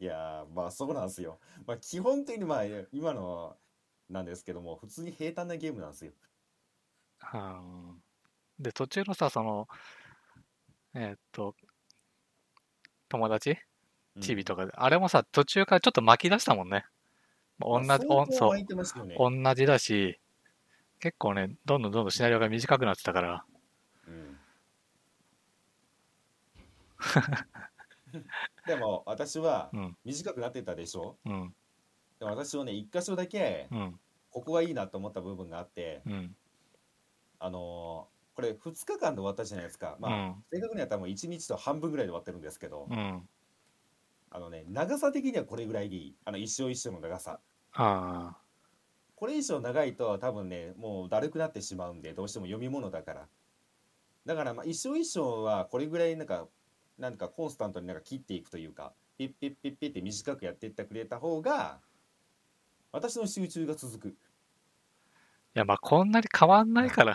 [SPEAKER 2] いやーまあそうなんですよ。まあ基本的にまあ今のなんですけども普通に平坦なゲームなんですよ。
[SPEAKER 1] うん。で、途中のさ、その、えーっと、友達
[SPEAKER 2] うん
[SPEAKER 1] チビとかで、あれもさ、途中からちょっと巻き出したもんね。同じ、
[SPEAKER 2] まあ
[SPEAKER 1] おん
[SPEAKER 2] 相当
[SPEAKER 1] そう
[SPEAKER 2] 湧いてますよね。
[SPEAKER 1] 同じだし、結構ね、どんどんどんどんシナリオが短くなってたから、
[SPEAKER 2] うん、 でも私は
[SPEAKER 1] うん、
[SPEAKER 2] 短くなってたでしょ
[SPEAKER 1] うん、
[SPEAKER 2] でも私はね一箇所だけ
[SPEAKER 1] うん、
[SPEAKER 2] ここがいいなと思った部分があって
[SPEAKER 1] うん、
[SPEAKER 2] あのーこれ2日間で終わったじゃないですか
[SPEAKER 1] う
[SPEAKER 2] まあ、
[SPEAKER 1] ん、
[SPEAKER 2] 正確には多分1日と半分ぐらいで終わってるんですけど、
[SPEAKER 1] うん、
[SPEAKER 2] あのね長さ的にはこれぐらいでいいあの一生一生の長さ
[SPEAKER 1] あ
[SPEAKER 2] これ以上長いと多分ねもうだるくなってしまうんでどうしても読み物だからだからまあ一生一生はこれぐらいなんかなんかコンスタントになんか切っていくというかピッピッピッピッって短くやっていってくれた方が私の集中が続く
[SPEAKER 1] いや、まあ、こんなに変わんないから、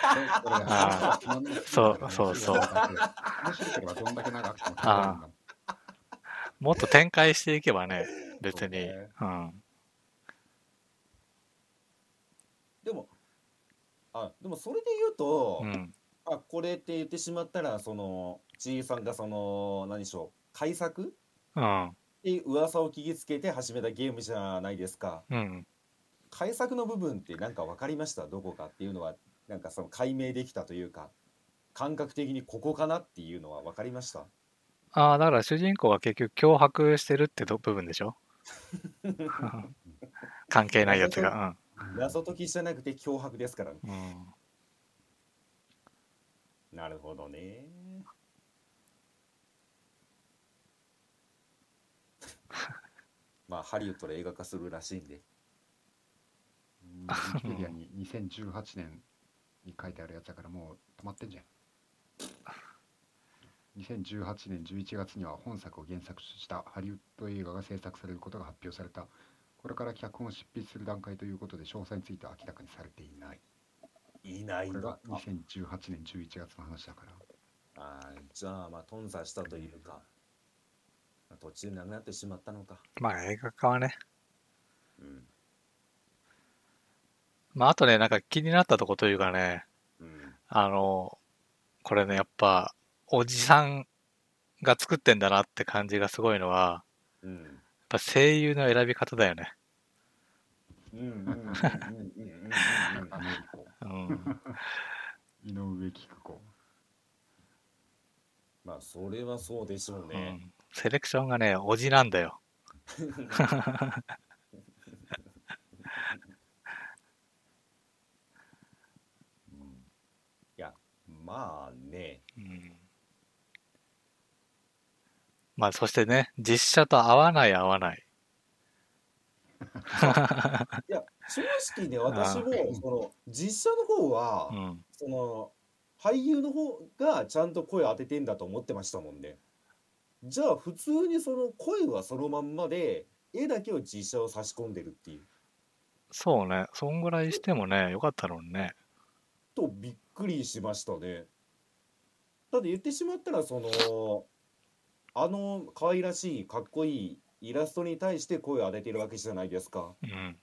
[SPEAKER 3] あ
[SPEAKER 1] そうそうそう
[SPEAKER 3] 面白ければどんだけ長くても変わるんだもん
[SPEAKER 1] もっと展開していけばね、別に、
[SPEAKER 2] そうね
[SPEAKER 1] うん、
[SPEAKER 2] でもあでもそれで言うと、
[SPEAKER 1] うん、
[SPEAKER 2] あこれって言ってしまったらそのじいさんがその何でしょう改作っ
[SPEAKER 1] うん、
[SPEAKER 2] ていう噂を聞きつけて始めたゲームじゃないですか
[SPEAKER 1] うん。
[SPEAKER 2] 改作の部分ってなんか分かりましたどこかっていうのはなんかその解明できたというか感覚的にここかなっていうのは分かりました
[SPEAKER 1] ああ、だから主人公は結局脅迫してるってと部分でしょ関係ないやつが、
[SPEAKER 2] 謎解きじゃなくて脅迫ですからね
[SPEAKER 1] うん、うん。
[SPEAKER 2] なるほど ねまあハリウッドで映画化するらしいんで
[SPEAKER 3] ウィキペディアに2018年に書いてあるやつだからもう止まってんじゃん。 2018年11月には本作を原作としたハリウッド映画が制作されることが発表されたこれから脚本を執筆する段階ということで詳細については明らかにされていない
[SPEAKER 2] いない
[SPEAKER 3] これ
[SPEAKER 2] ん
[SPEAKER 3] が
[SPEAKER 2] だ
[SPEAKER 3] 2018年11月の話だから
[SPEAKER 2] ああーじゃあまあ頓挫したというかまあ途中でなくなってしまったのか
[SPEAKER 1] まあ映画化はね。
[SPEAKER 2] うん
[SPEAKER 1] まああとね、なんか気になったとこというかね、
[SPEAKER 2] うん
[SPEAKER 1] あの、これね、やっぱ、おじさんが作ってんだなって感じがすごいのは、
[SPEAKER 2] うん
[SPEAKER 1] やっぱ声優の選び方だよね。
[SPEAKER 2] うんうんうんうんうんうんうん
[SPEAKER 3] なんかねこ
[SPEAKER 1] うん。
[SPEAKER 3] う井上菊子
[SPEAKER 2] まあそれはそうでしょう
[SPEAKER 1] う
[SPEAKER 2] ね。
[SPEAKER 1] ん、セレクションがね、おじなんだよ。
[SPEAKER 2] うんいやまあね
[SPEAKER 1] うん。まあそしてね、実写と合わない合わない。
[SPEAKER 2] いや正直ね私も
[SPEAKER 3] うん
[SPEAKER 2] その実写の方は、
[SPEAKER 1] うん。
[SPEAKER 2] その俳優の方がちゃんと声当ててんだと思ってましたもんね。じゃあ普通にその声はそのまんまで絵だけを実写を差し込んでるっていう
[SPEAKER 1] そうね、そんぐらいしてもね、よかったのにね。
[SPEAKER 2] とびっくりしましたね。だって言ってしまったらそのあの可愛らしいかっこいいイラストに対して声を当ててるわけじゃないですか。
[SPEAKER 1] うん。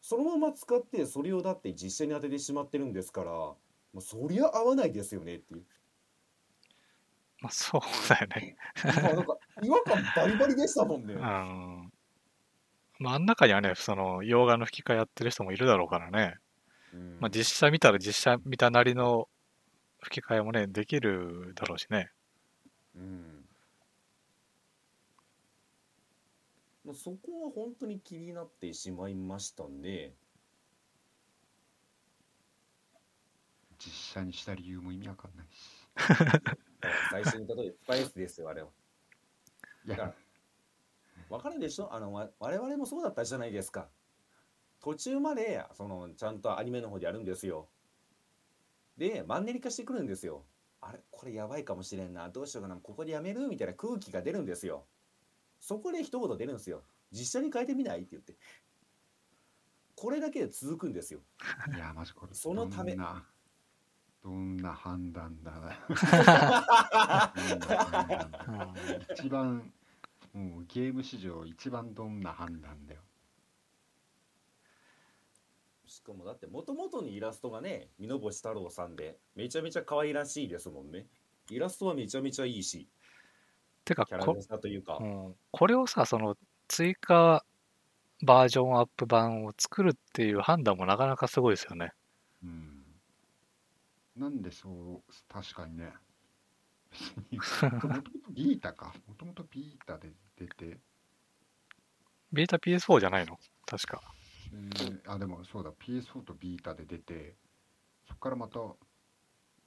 [SPEAKER 2] そのまま使ってそれをだって実写に当ててしまってるんですから、まあ、そりゃ合わないですよねっていう。
[SPEAKER 1] まあそうだよ ね。
[SPEAKER 2] まあなんか違和感バリバリでしたも んね。
[SPEAKER 1] うん。まああん中にはね、その洋画の吹き替えやってる人もいるだろうからね。
[SPEAKER 2] うん
[SPEAKER 1] まあ実写見たら実写見たなりの吹き替えもね、できるだろうしね。
[SPEAKER 2] うんまあ、そこは本当に気になってしまいましたね。
[SPEAKER 3] 実写にした理由も意味わかんないし
[SPEAKER 2] 最初に例えばスパイスですよ、あれは。
[SPEAKER 3] い
[SPEAKER 2] だから
[SPEAKER 3] や
[SPEAKER 2] わかるでしょあのわ我々もそうだったじゃないですか。途中までそのちゃんとアニメの方でやるんですよ。で、マンネリ化してくるんですよ。あれこれやばいかもしれんな。どうしようかな。ここでやめるみたいな空気が出るんですよ。そこで一言出るんですよ。実写に変えてみないって言って。これだけで続くんですよ。
[SPEAKER 3] いやマジこれ
[SPEAKER 2] そのため
[SPEAKER 3] どんなどんな判断だどんな判断だ一番もうゲーム史上一番どんな判断だよ
[SPEAKER 2] しかもだってもともとにイラストがね見延太郎さんでめちゃめちゃ可愛らしいですもんねイラストはめちゃめちゃいいして
[SPEAKER 1] か
[SPEAKER 2] キャラ
[SPEAKER 1] こ
[SPEAKER 2] デザというか
[SPEAKER 1] うん、これをさ、その追加バージョンアップ版を作るっていう判断もなかなかすごいですよね。
[SPEAKER 3] うんなんでそう確かにね別にもともとビータかもともとビータで出て、
[SPEAKER 1] ビータ PS4 じゃないの確か。
[SPEAKER 3] えーあでもそうだ PS4 とビータで出てそこからまた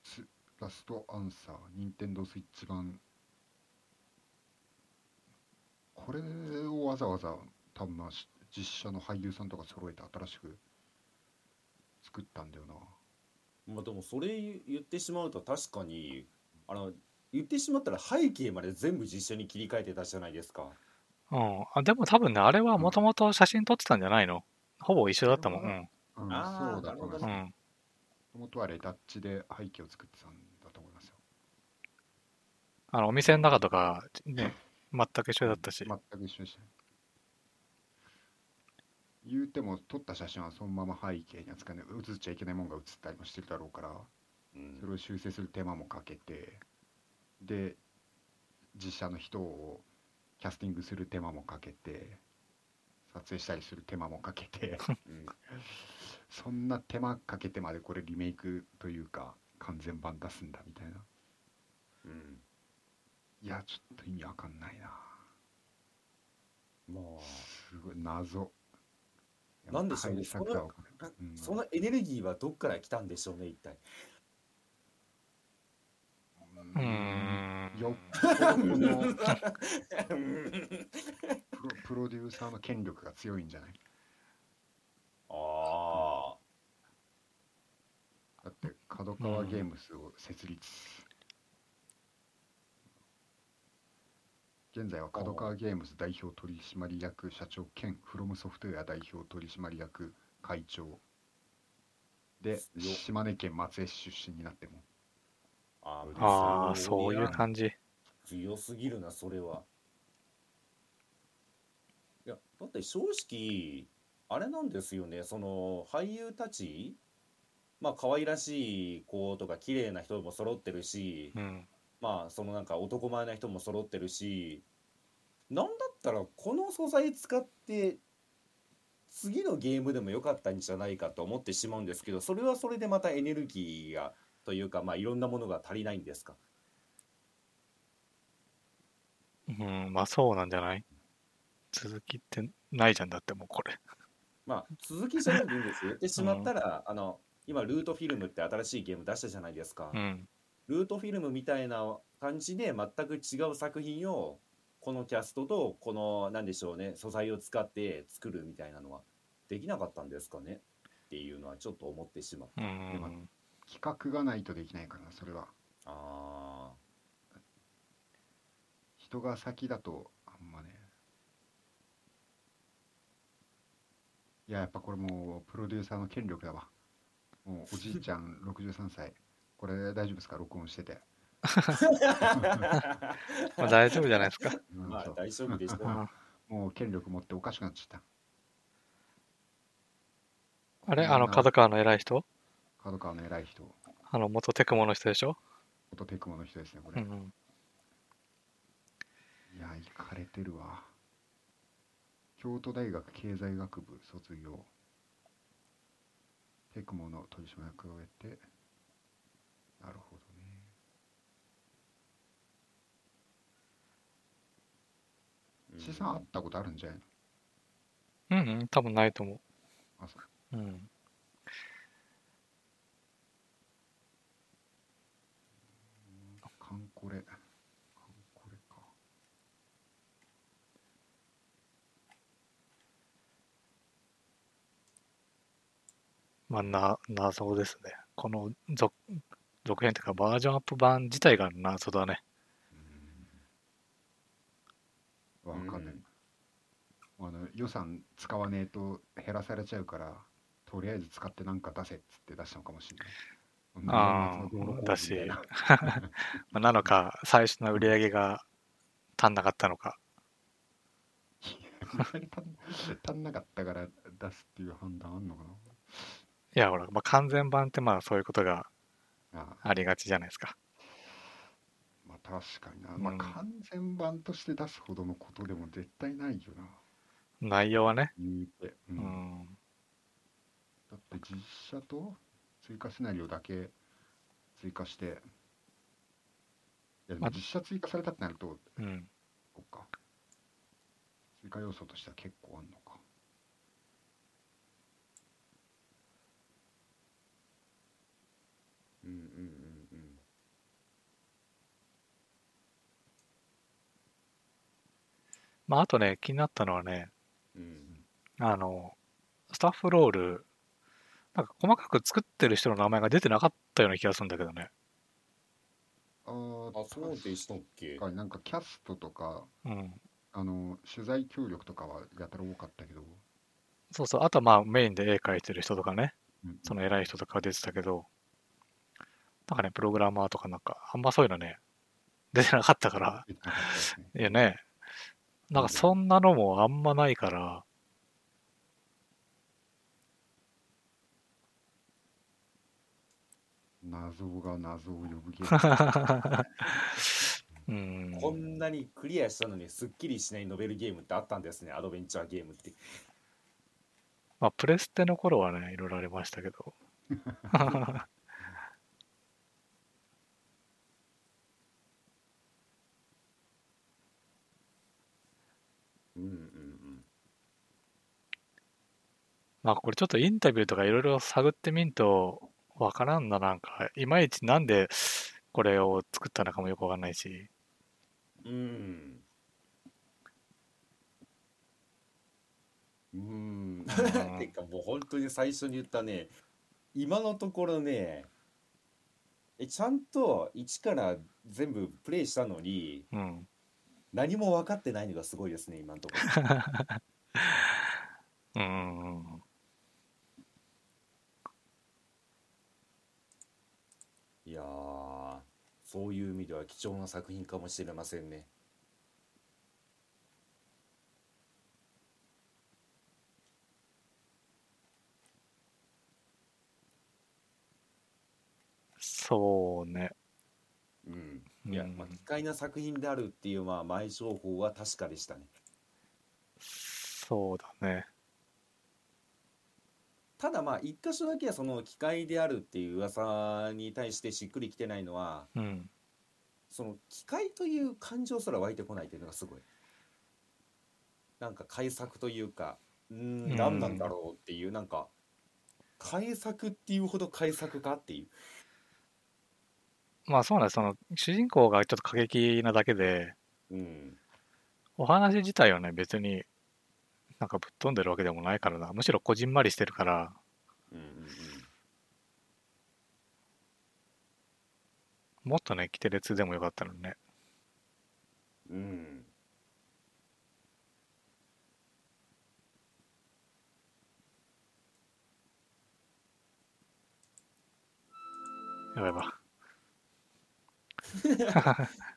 [SPEAKER 3] スラストアンサー任天堂スイッチ版これをわざわざ多分まあし実写の俳優さんとか揃えて新しく作ったんだよな
[SPEAKER 2] まあでもそれ言ってしまうと確かにあの言ってしまったら背景まで全部実写に切り替えてたじゃないですか
[SPEAKER 1] うん。あでも多分ね、あれはもともと写真撮ってたんじゃないのほぼ一緒だったもん。うん。
[SPEAKER 3] うん、
[SPEAKER 2] あー
[SPEAKER 3] そうだ
[SPEAKER 2] な
[SPEAKER 1] うん
[SPEAKER 2] るほど
[SPEAKER 3] と思い
[SPEAKER 2] ね
[SPEAKER 3] ます。元はレタッチで背景を作ってたんだと思いますよ。
[SPEAKER 1] あのお店の中とか、ね、全く一緒だったし。
[SPEAKER 3] 全く一緒でしたね。言うても撮った写真はそのまま背景に扱いね、映っちゃいけないもんが映ったりもしてるだろうから、
[SPEAKER 2] うん
[SPEAKER 3] それを修正する手間もかけて、で、実写の人をキャスティングする手間もかけて、撮影したりする手間もかけ て、
[SPEAKER 2] うん
[SPEAKER 3] そんな手間かけてまでこれリメイクというか、完全版出すんだみたいな。
[SPEAKER 2] うん
[SPEAKER 3] いや、ちょっと意味わかんないな。
[SPEAKER 2] ま
[SPEAKER 3] すごい謎。
[SPEAKER 2] なんでしょうね
[SPEAKER 3] やっぱり対策がわかん
[SPEAKER 2] あ
[SPEAKER 3] ないうん
[SPEAKER 2] そのエネルギーはどっから来たんでしょうね一体
[SPEAKER 1] うーん。
[SPEAKER 3] よっぽどこのプロ プロデューサーの権力が強いんじゃない
[SPEAKER 2] ああ
[SPEAKER 3] だって角川ゲームスを設立、現在は角川ゲームズ代表取締役社長兼フロムソフトウェア代表取締役会長で
[SPEAKER 2] 強っ
[SPEAKER 3] 島根県松江市出身になっても
[SPEAKER 2] あー
[SPEAKER 1] ああ、そういう
[SPEAKER 2] じ。
[SPEAKER 1] 感じ。
[SPEAKER 2] 強すぎるな、それは。いや、だって正直、あれなんですよね、その俳優たち、まあ可愛らしい子とか綺麗な人も揃ってるし、
[SPEAKER 1] うん。
[SPEAKER 2] まあそのなんか男前な人も揃ってるし、なんだったらこの素材使って、次のゲームでも良かったんじゃないかと思ってしまうんですけど、それはそれでまたエネルギーが、というか、まあいろんなものが足りないんですか。
[SPEAKER 1] うん、まあそうなんじゃない続きってないじゃんだってもうこれ。
[SPEAKER 2] まあ、続きじゃなくていいんですよ。言ってしまったら、あの、今、ルートフィルムって新しいゲーム出したじゃないですか
[SPEAKER 1] う。ん。
[SPEAKER 2] ルートフィルムみたいな感じで、全く違う作品を、このキャストと、この、なんでしょうね、素材を使って作るみたいなのは、できなかったんですかねっていうのは、ちょっと思ってしまう。
[SPEAKER 1] うん。
[SPEAKER 3] 企画がないとできないからなそれは
[SPEAKER 2] あ
[SPEAKER 3] 人が先だとあんまねいややっぱこれもうプロデューサーの権力だわもうおじいち ゃん63歳これ大丈夫ですか録音してて、
[SPEAKER 2] あ。
[SPEAKER 1] まあ大丈夫じゃないですか。
[SPEAKER 3] うん
[SPEAKER 2] まあ
[SPEAKER 3] そう、
[SPEAKER 2] 大丈夫でしょ
[SPEAKER 1] う
[SPEAKER 2] う。
[SPEAKER 1] ん
[SPEAKER 3] もう権力持っておかしくなっちゃっ
[SPEAKER 1] あれあの、角川の偉い人
[SPEAKER 3] た角川の偉い人
[SPEAKER 1] あの、元テクモの人でしょ
[SPEAKER 3] 元テクモの人ですねこ
[SPEAKER 1] う
[SPEAKER 3] れ、い
[SPEAKER 1] ん。
[SPEAKER 3] やいかれてるわ京都大学経済学部卒業テクモの取締役を終えてなるほどね資産あったことあるんじゃないの
[SPEAKER 1] うん、うん、多分ないと思
[SPEAKER 3] あそう
[SPEAKER 1] う。うん。
[SPEAKER 3] カンコレカンコレか
[SPEAKER 1] まあ、な、謎ですね。この続、続編というかバージョンアップ版自体が謎だね。
[SPEAKER 3] わかんない、
[SPEAKER 2] うん
[SPEAKER 3] あの予算使わねえと減らされちゃうからとりあえず使ってなんか出せっつって出したのかもしれない
[SPEAKER 1] あー
[SPEAKER 3] 同じ夏の道路工事
[SPEAKER 1] だし
[SPEAKER 3] みたいな
[SPEAKER 1] まあ、なのか、最初の売り上げが足んなかったのか。
[SPEAKER 3] 足り足んなかったから出すっていう判断あんのか
[SPEAKER 1] いや、ほら、まあ、完全版ってまあそういうことが
[SPEAKER 3] なあ
[SPEAKER 1] ありがちじゃないですか。
[SPEAKER 3] まあ確かにな、
[SPEAKER 1] う
[SPEAKER 3] ま
[SPEAKER 1] ん
[SPEAKER 3] あ完全版として出すほどのことでも絶対ないよな
[SPEAKER 1] 内容はね。
[SPEAKER 3] 言うて、
[SPEAKER 1] う
[SPEAKER 3] う
[SPEAKER 1] んん。
[SPEAKER 3] だって実写と追加シナリオだけ追加していやで
[SPEAKER 1] ま
[SPEAKER 3] も実写追加されたってなると
[SPEAKER 1] うん。
[SPEAKER 3] そっか追加要素としては結構あんのか
[SPEAKER 2] うんうんうんうん。
[SPEAKER 1] まあ、あとね、気になったのはね、
[SPEAKER 2] うん
[SPEAKER 1] あの、スタッフロール、なんか細かく作ってる人の名前が出てなかったような気がするんだけどね。
[SPEAKER 3] あー
[SPEAKER 2] あ、そうでしたっけ
[SPEAKER 3] 確かになんかキャストとか
[SPEAKER 1] うん。
[SPEAKER 3] あの取材協力とかはやたら多かったけど、
[SPEAKER 1] そうそう。あとはまあメインで絵描いてる人とかね、
[SPEAKER 3] うん
[SPEAKER 1] その偉い人とか出てたけど、なんかね、プログラマーとかなんか、あんまそういうのね、出てなかったから、
[SPEAKER 3] 出てなかったで すね
[SPEAKER 1] いやね、なんかそんなのもあんまないから、
[SPEAKER 3] 謎が謎を呼ぶゲーム
[SPEAKER 1] うん。
[SPEAKER 2] こんなにクリアしたのにすっきりしないノベルゲームってあったんですね、アドベンチャーゲームって。
[SPEAKER 1] まあ、プレステの頃はね、いろいろありましたけ ど。
[SPEAKER 2] うんうんうん。
[SPEAKER 1] まあこれちょっとインタビューとかいろいろ探ってみんとわからんな、なんか、いまいちなんでこれを作ったのかもよくわかんないし、
[SPEAKER 2] うん。うん。
[SPEAKER 1] ん
[SPEAKER 2] てかもう本当に最初に言ったね、今のところね、えちゃんと一から全部プレイしたのに、
[SPEAKER 1] うん、
[SPEAKER 2] 何も分かってないのがすごいですね今のところ
[SPEAKER 1] うんうんうん。
[SPEAKER 2] いやーそういう意味では貴重な作品かもしれませんね
[SPEAKER 1] そうね。
[SPEAKER 2] うんいや、
[SPEAKER 1] うん
[SPEAKER 2] まあ、奇怪な作品であるっていう、まあ、前情報は確かでしたね
[SPEAKER 1] そうだね。
[SPEAKER 2] ただまあ一箇所だけはその奇怪であるっていう噂に対してしっくりきてないのは
[SPEAKER 1] うん。
[SPEAKER 2] その奇怪という感情すら湧いてこないっていうのがすごいなんか改作というかうー
[SPEAKER 1] うん
[SPEAKER 2] ん何なんだろうっていうなんか改作っていうほど改作かっていう
[SPEAKER 1] まあそうね、その主人公がちょっと過激なだけで、
[SPEAKER 2] うん
[SPEAKER 1] お話自体はね、別になんかぶっ飛んでるわけでもないからな。むしろこじんまりしてるから、
[SPEAKER 2] うんうんうん
[SPEAKER 1] もっとね、キテレツでもよかったのにね。
[SPEAKER 2] うん
[SPEAKER 1] やばいば。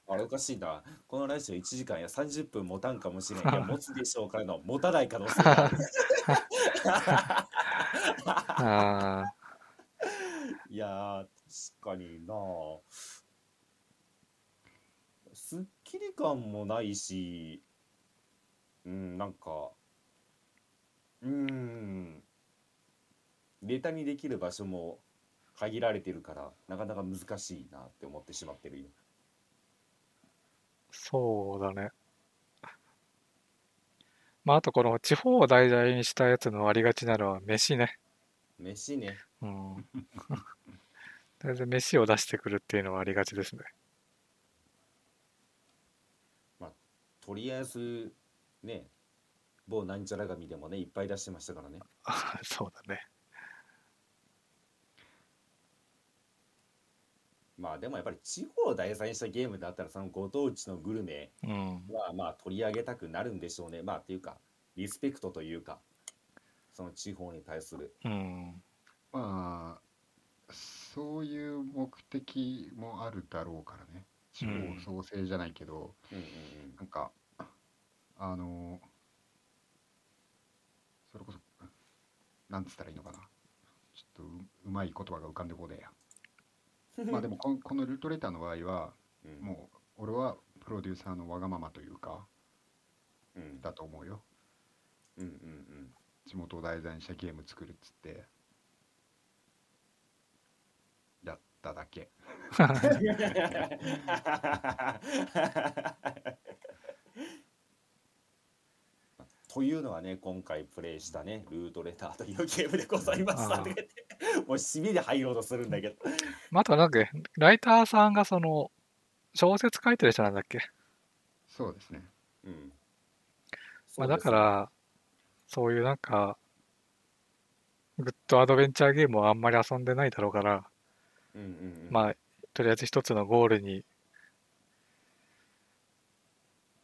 [SPEAKER 2] あれおかしいなこの来週1時間や30分持たんかもしれんいや持つでしょうからの持たない可能性がある
[SPEAKER 1] ああ、
[SPEAKER 2] いやー確かになすっきり感もないしうんなんかうんネタにできる場所も限られてるからなかなか難しいなって思ってしまってる今
[SPEAKER 1] そうだね。まああとこの地方を題材にしたやつのありがちなのは飯ね。
[SPEAKER 2] 飯ね
[SPEAKER 1] うん。とりあえず飯を出してくるっていうのはありがちですね。
[SPEAKER 2] とりあえずね某なんちゃら神でもねいっぱい出してましたからね
[SPEAKER 1] あ そうだね。
[SPEAKER 2] まあでもやっぱり地方を題材にしたゲームだったらそのご当地のグルメ
[SPEAKER 1] うん。
[SPEAKER 2] はまあ取り上げたくなるんでしょうねまあっていうかリスペクトというかその地方に対する
[SPEAKER 1] うん。
[SPEAKER 3] まあそういう目的もあるだろうからね地
[SPEAKER 1] うん
[SPEAKER 3] 方創生じゃないけど、
[SPEAKER 2] うんうん
[SPEAKER 3] なんかあのそれこそなんつったらいいのかなちょっとううまい言葉が浮かんでこねえや
[SPEAKER 2] うん
[SPEAKER 3] まあでもこのこのルートレターの場合は
[SPEAKER 2] うん
[SPEAKER 3] もう俺はプロデューサーのわがままというか
[SPEAKER 2] うん
[SPEAKER 3] だと思うよ
[SPEAKER 2] うんうんうん
[SPEAKER 3] 地元を題材にしたゲーム作るっつってやっただけ
[SPEAKER 2] というのはね今回プレイしたねルートレターというゲームでございました
[SPEAKER 1] あー
[SPEAKER 2] とか言ってもう締めで入ろうとするんだけど
[SPEAKER 1] まあ、あとはなんか、ライターさんがその、小説書いてる人なんだっけ
[SPEAKER 3] そうですね
[SPEAKER 2] うん
[SPEAKER 1] まあ、だから、そういうなんか、グッドアドベンチャーゲームをあんまり遊んでないだろうから、
[SPEAKER 2] うんうんうん
[SPEAKER 1] まあ、とりあえず一つのゴールに、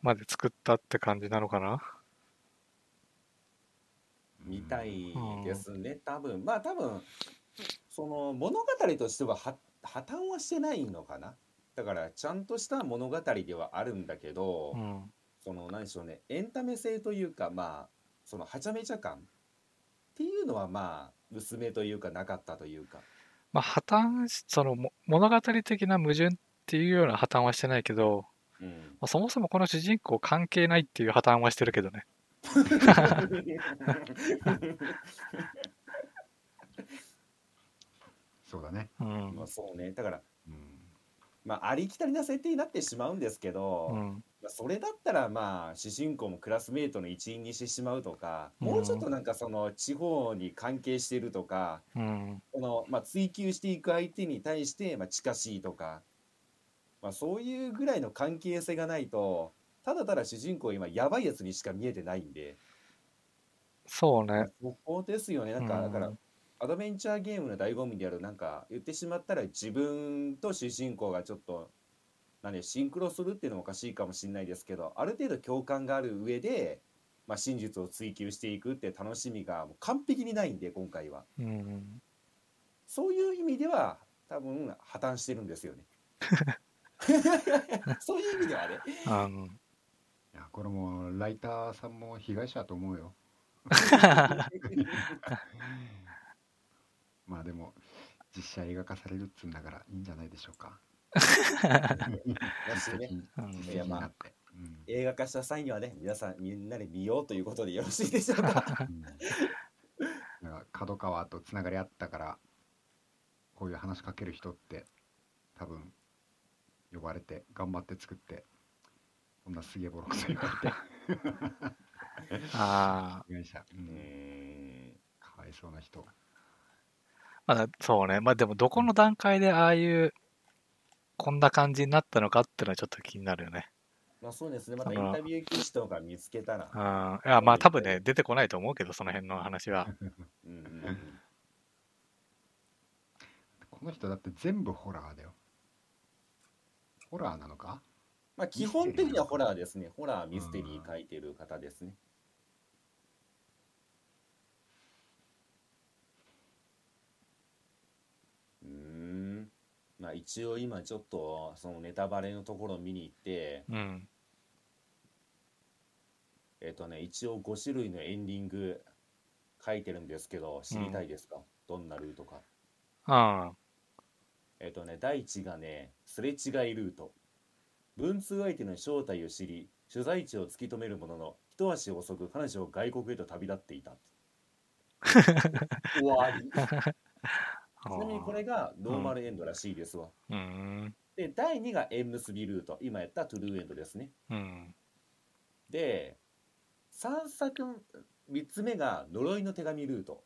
[SPEAKER 1] まで作ったって感じなのかな。
[SPEAKER 2] みたい
[SPEAKER 1] うん
[SPEAKER 2] ですね、多分まあ多分その物語としてはは破綻はしてないのかなだからちゃんとした物語ではあるんだけど、
[SPEAKER 1] うん。
[SPEAKER 2] その何でしょうねエンタメ性というかまあそのはちゃめちゃ感っていうのはまあ娘というかなかったというか
[SPEAKER 1] まあ、破綻し、そのも物語的な矛盾っていうような破綻はしてないけど、
[SPEAKER 2] うん
[SPEAKER 1] まあ、そもそもこの主人公関係ないっていう破綻はしてるけどね。
[SPEAKER 3] そうだね
[SPEAKER 1] うん
[SPEAKER 2] まあ。そうねだから、
[SPEAKER 3] うん
[SPEAKER 2] まあ、ありきたりな設定になってしまうんですけど、
[SPEAKER 1] うん。
[SPEAKER 2] まあそれだったらまあ主人公もクラスメートの一員にしてしまうとか、
[SPEAKER 1] うん
[SPEAKER 2] もうちょっとなんかその地方に関係してるとか
[SPEAKER 1] うん。
[SPEAKER 2] この、まあ、追求していく相手に対してまあ近しいとか、まあ、そういうぐらいの関係性がないとただただ主人公今やばいやつにしか見えてないんで
[SPEAKER 1] そうね。
[SPEAKER 2] そこですよねなんか
[SPEAKER 1] う
[SPEAKER 2] だ
[SPEAKER 1] ん
[SPEAKER 2] からアドベンチャーゲームの醍醐味であるなんか言ってしまったら自分と主人公がちょっとなんでシンクロするっていうのはおかしいかもしれないですけどある程度共感がある上で、まあ、真実を追求していくって楽しみがもう完璧にないんで今回は
[SPEAKER 1] うん。
[SPEAKER 2] そういう意味では多分破綻してる んですよね。そういう意味ではね
[SPEAKER 1] あの、
[SPEAKER 3] いやこれもうライターさんも被害者だと思 うよ。まあでも実写映画化されるっつうんだからいいんじゃないでしょうか。
[SPEAKER 2] もし
[SPEAKER 3] 実
[SPEAKER 2] ね
[SPEAKER 3] 績
[SPEAKER 1] うん
[SPEAKER 3] 実
[SPEAKER 2] い
[SPEAKER 3] 績
[SPEAKER 2] や
[SPEAKER 3] に
[SPEAKER 2] まあ
[SPEAKER 3] なって。うん
[SPEAKER 2] 映画化した際にはね皆さんみんなで見ようということでよろしいでしょうか
[SPEAKER 3] うんなんか角川とつながりあったからこういう話しかける人って多分呼ばれて頑張って作ってこんなすげえボロクソ言われて
[SPEAKER 1] あ
[SPEAKER 3] 被害者、う、
[SPEAKER 2] うんん
[SPEAKER 3] かわいそうな人
[SPEAKER 1] あ、まあ、そうね。まあでも、どこの段階でああいう、こんな感じになったのかっていうのはちょっと気になるよね。
[SPEAKER 2] まあそうですねまたインタビュー記事とか見つけたら
[SPEAKER 1] うん。いや、まあ多分ね、出てこないと思うけど、その辺の話は。
[SPEAKER 2] うんうんうん
[SPEAKER 3] この人だって全部ホラーだよホラーなのか
[SPEAKER 2] まあ基本的にはホラーですねホラーミステリー書いてる方ですねうーんまあ一応今ちょっとそのネタバレのところを見に行って
[SPEAKER 1] うん。
[SPEAKER 2] えっとね、一応5種類のエンディング書いてるんですけど、知りたいですか、どんなルートか。
[SPEAKER 1] うん。
[SPEAKER 2] えっとね、第1がね、すれ違いルート。文通相手の正体を知り、取材地を突き止めるものの、一足遅く彼女を外国へと旅立っていた。終わり。ちなみにこれがノーマルエンドらしいですわ。
[SPEAKER 1] うん。
[SPEAKER 2] で、第2が縁結びルート。今やったトゥルーエンドですね。
[SPEAKER 1] うん。
[SPEAKER 2] で、3作、3つ目が呪いの手紙ルート。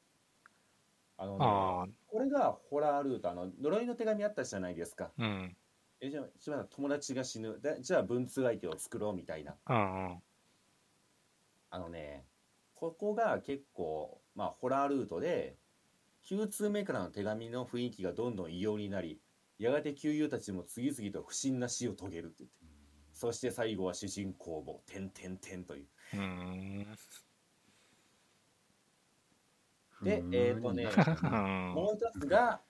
[SPEAKER 2] あのね、
[SPEAKER 1] ああ、
[SPEAKER 2] これがホラールート、あの呪いの手紙あったじゃないですか。
[SPEAKER 1] うん。
[SPEAKER 2] えじゃあ、柴田友達が死ぬだ、じゃあ文通相手を作ろうみたいな。
[SPEAKER 1] うん。うん
[SPEAKER 2] あのね、ここが結構、まあ、ホラールートで、9通目からの手紙の雰囲気がどんどん異様になり、やがて旧友たちも次々と不審な死を遂げるって言って、そして最後は主人公も、てんてんてんという。
[SPEAKER 1] うん。
[SPEAKER 2] でえーとね
[SPEAKER 3] ふーん
[SPEAKER 1] うん。
[SPEAKER 2] もう一つが、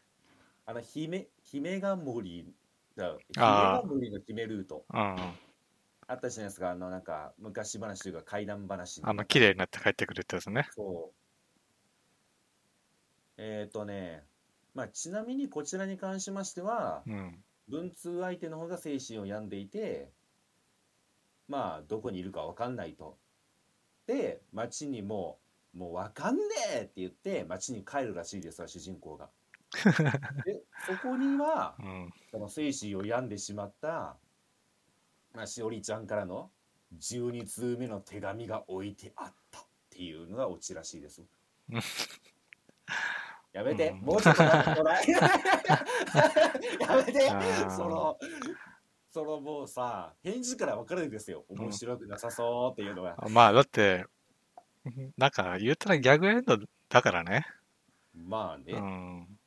[SPEAKER 2] あの、姫、姫が森、だ姫
[SPEAKER 1] あ
[SPEAKER 2] が
[SPEAKER 1] ー
[SPEAKER 2] 森の姫ルート。
[SPEAKER 1] うん。
[SPEAKER 2] あったじゃないですか、あの、なんか、昔話というか、怪談話
[SPEAKER 1] あの、綺
[SPEAKER 2] 麗。
[SPEAKER 1] 麗になって帰ってくるってやつね。
[SPEAKER 2] そう。えっ、ー、とね、まあ、ちなみにこちらに関しましては
[SPEAKER 1] う、ん。
[SPEAKER 2] 文通相手の方が精神を病んでいて、まあ、どこにいるかわかんないと。で、町にもう、もうわかんねえって言って、町に帰るらしいですわ、主人公が。で、そこには
[SPEAKER 1] う、ん。
[SPEAKER 2] その精神を病んでしまった、まあ、しおりちゃんからの12通目の手紙が置いてあったっていうのがオチらし いです
[SPEAKER 1] うん。
[SPEAKER 2] やめて、
[SPEAKER 1] うん
[SPEAKER 2] もうちょっと待ってもらえ やめて
[SPEAKER 1] あー
[SPEAKER 2] そのそのもうさ返事から分かるんですよ面白くなさそうっていうのが、
[SPEAKER 1] まあ、だって、なんか、言うたらギャグエンドだからね。
[SPEAKER 2] まあ
[SPEAKER 1] う
[SPEAKER 2] ね、
[SPEAKER 1] ん。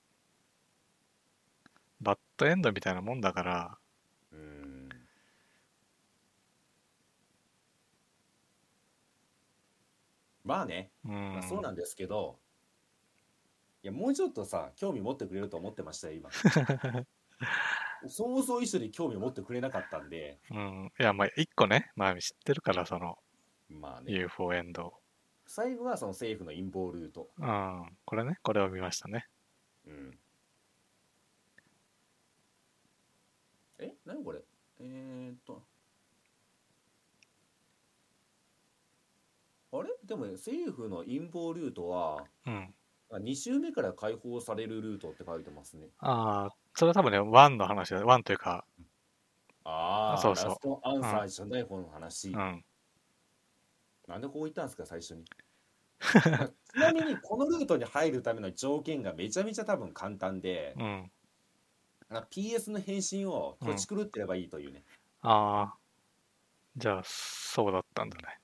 [SPEAKER 1] バッドエンドみたいなもんだから、
[SPEAKER 2] うんまあね
[SPEAKER 1] うん。
[SPEAKER 2] まあ、そうなんですけど、いやもうちょっとさ興味持ってくれると思ってました よ今想像以上に興味持ってくれなかったんで
[SPEAKER 1] うん。いや、まあ、一個ね、まあ、知ってるから、その、
[SPEAKER 2] まあね
[SPEAKER 1] UFO エンド。
[SPEAKER 2] 最後はその政府の陰謀ルート、
[SPEAKER 1] うん。これね、これを見ましたね。
[SPEAKER 2] うん、え何これえー、っとあれでもね政府の陰謀ルートは
[SPEAKER 1] うん。
[SPEAKER 2] 2週目から解放されるルートって書いてますね
[SPEAKER 1] ああ、それは多分ね、ワンの話だ。ワンというか、
[SPEAKER 2] ああ、
[SPEAKER 1] そうそう
[SPEAKER 2] ラストアンサーじゃない方の話。
[SPEAKER 1] うん。
[SPEAKER 2] なんでこう言ったんですか、最初に。 ちなみに、このルートに入るための条件がめちゃめちゃ多分簡単で、
[SPEAKER 1] うん。
[SPEAKER 2] あの PS の返信をとち狂ってればいいというね。
[SPEAKER 1] ああ。じゃあ、そうだったんだね。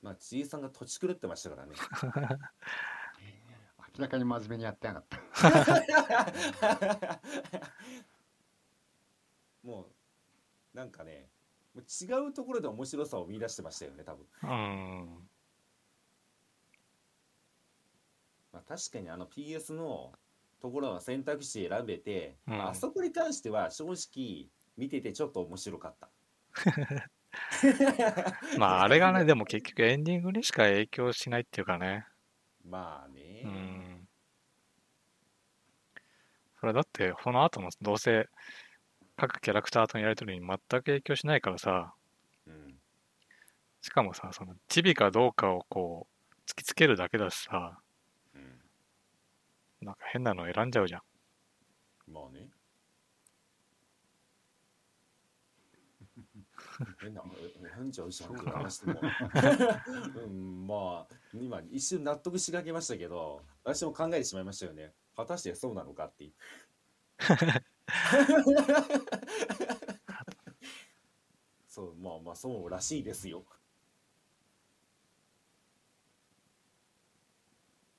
[SPEAKER 2] まあ、ちいさんがとち狂ってましたからね。
[SPEAKER 3] 明らかに真面目にやってなかった
[SPEAKER 2] もう、なんかねもう違うところで面白さを見出してましたよね多分、
[SPEAKER 1] うん。
[SPEAKER 2] まあ、確かにあの PS のところの選択肢選べて、
[SPEAKER 1] うん
[SPEAKER 2] まああそこに関しては正直見ててちょっと面白かった
[SPEAKER 1] まあ、あれがね、でも結局エンディングにしか影響しないっていうかね。
[SPEAKER 2] まあね、
[SPEAKER 1] うん。それだって、この後のどうせ各キャラクターとのやりとりに全く影響しないからさ、
[SPEAKER 2] うん
[SPEAKER 1] しかもさ、そのチビかどうかをこう、突きつけるだけだしさ、
[SPEAKER 2] うん
[SPEAKER 1] なんか変なの選んじゃうじゃん。
[SPEAKER 2] まあね。 変な、変じゃうじゃんって話しても。 うん、まあ、今一瞬納得しかけましたけど、私も考えてしまいましたよね。果たしてそうなのかっていう。そう、まあまあ、そうらしいですよ。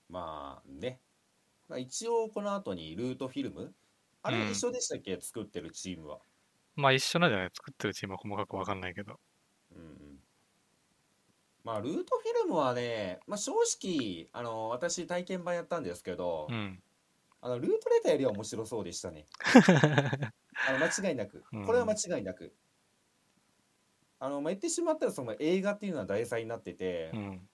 [SPEAKER 2] まあね。まあ、一応この後にルートフィルムあ
[SPEAKER 1] うん
[SPEAKER 2] れ一緒でしたっけ、作ってるチームは。
[SPEAKER 1] まあ一緒なんじゃない作ってるチームは細かくわかんないけど。
[SPEAKER 2] うんうんまあルートフィルムはね、まあ、正直あの私体験版やったんですけど、
[SPEAKER 1] うん。
[SPEAKER 2] あのルートレターよりは面白そうでしたね。あの間違いなく
[SPEAKER 1] うん
[SPEAKER 2] これは間違いなく。あのまあ、言ってしまったらその映画っていうのは題材になってて、
[SPEAKER 1] うん。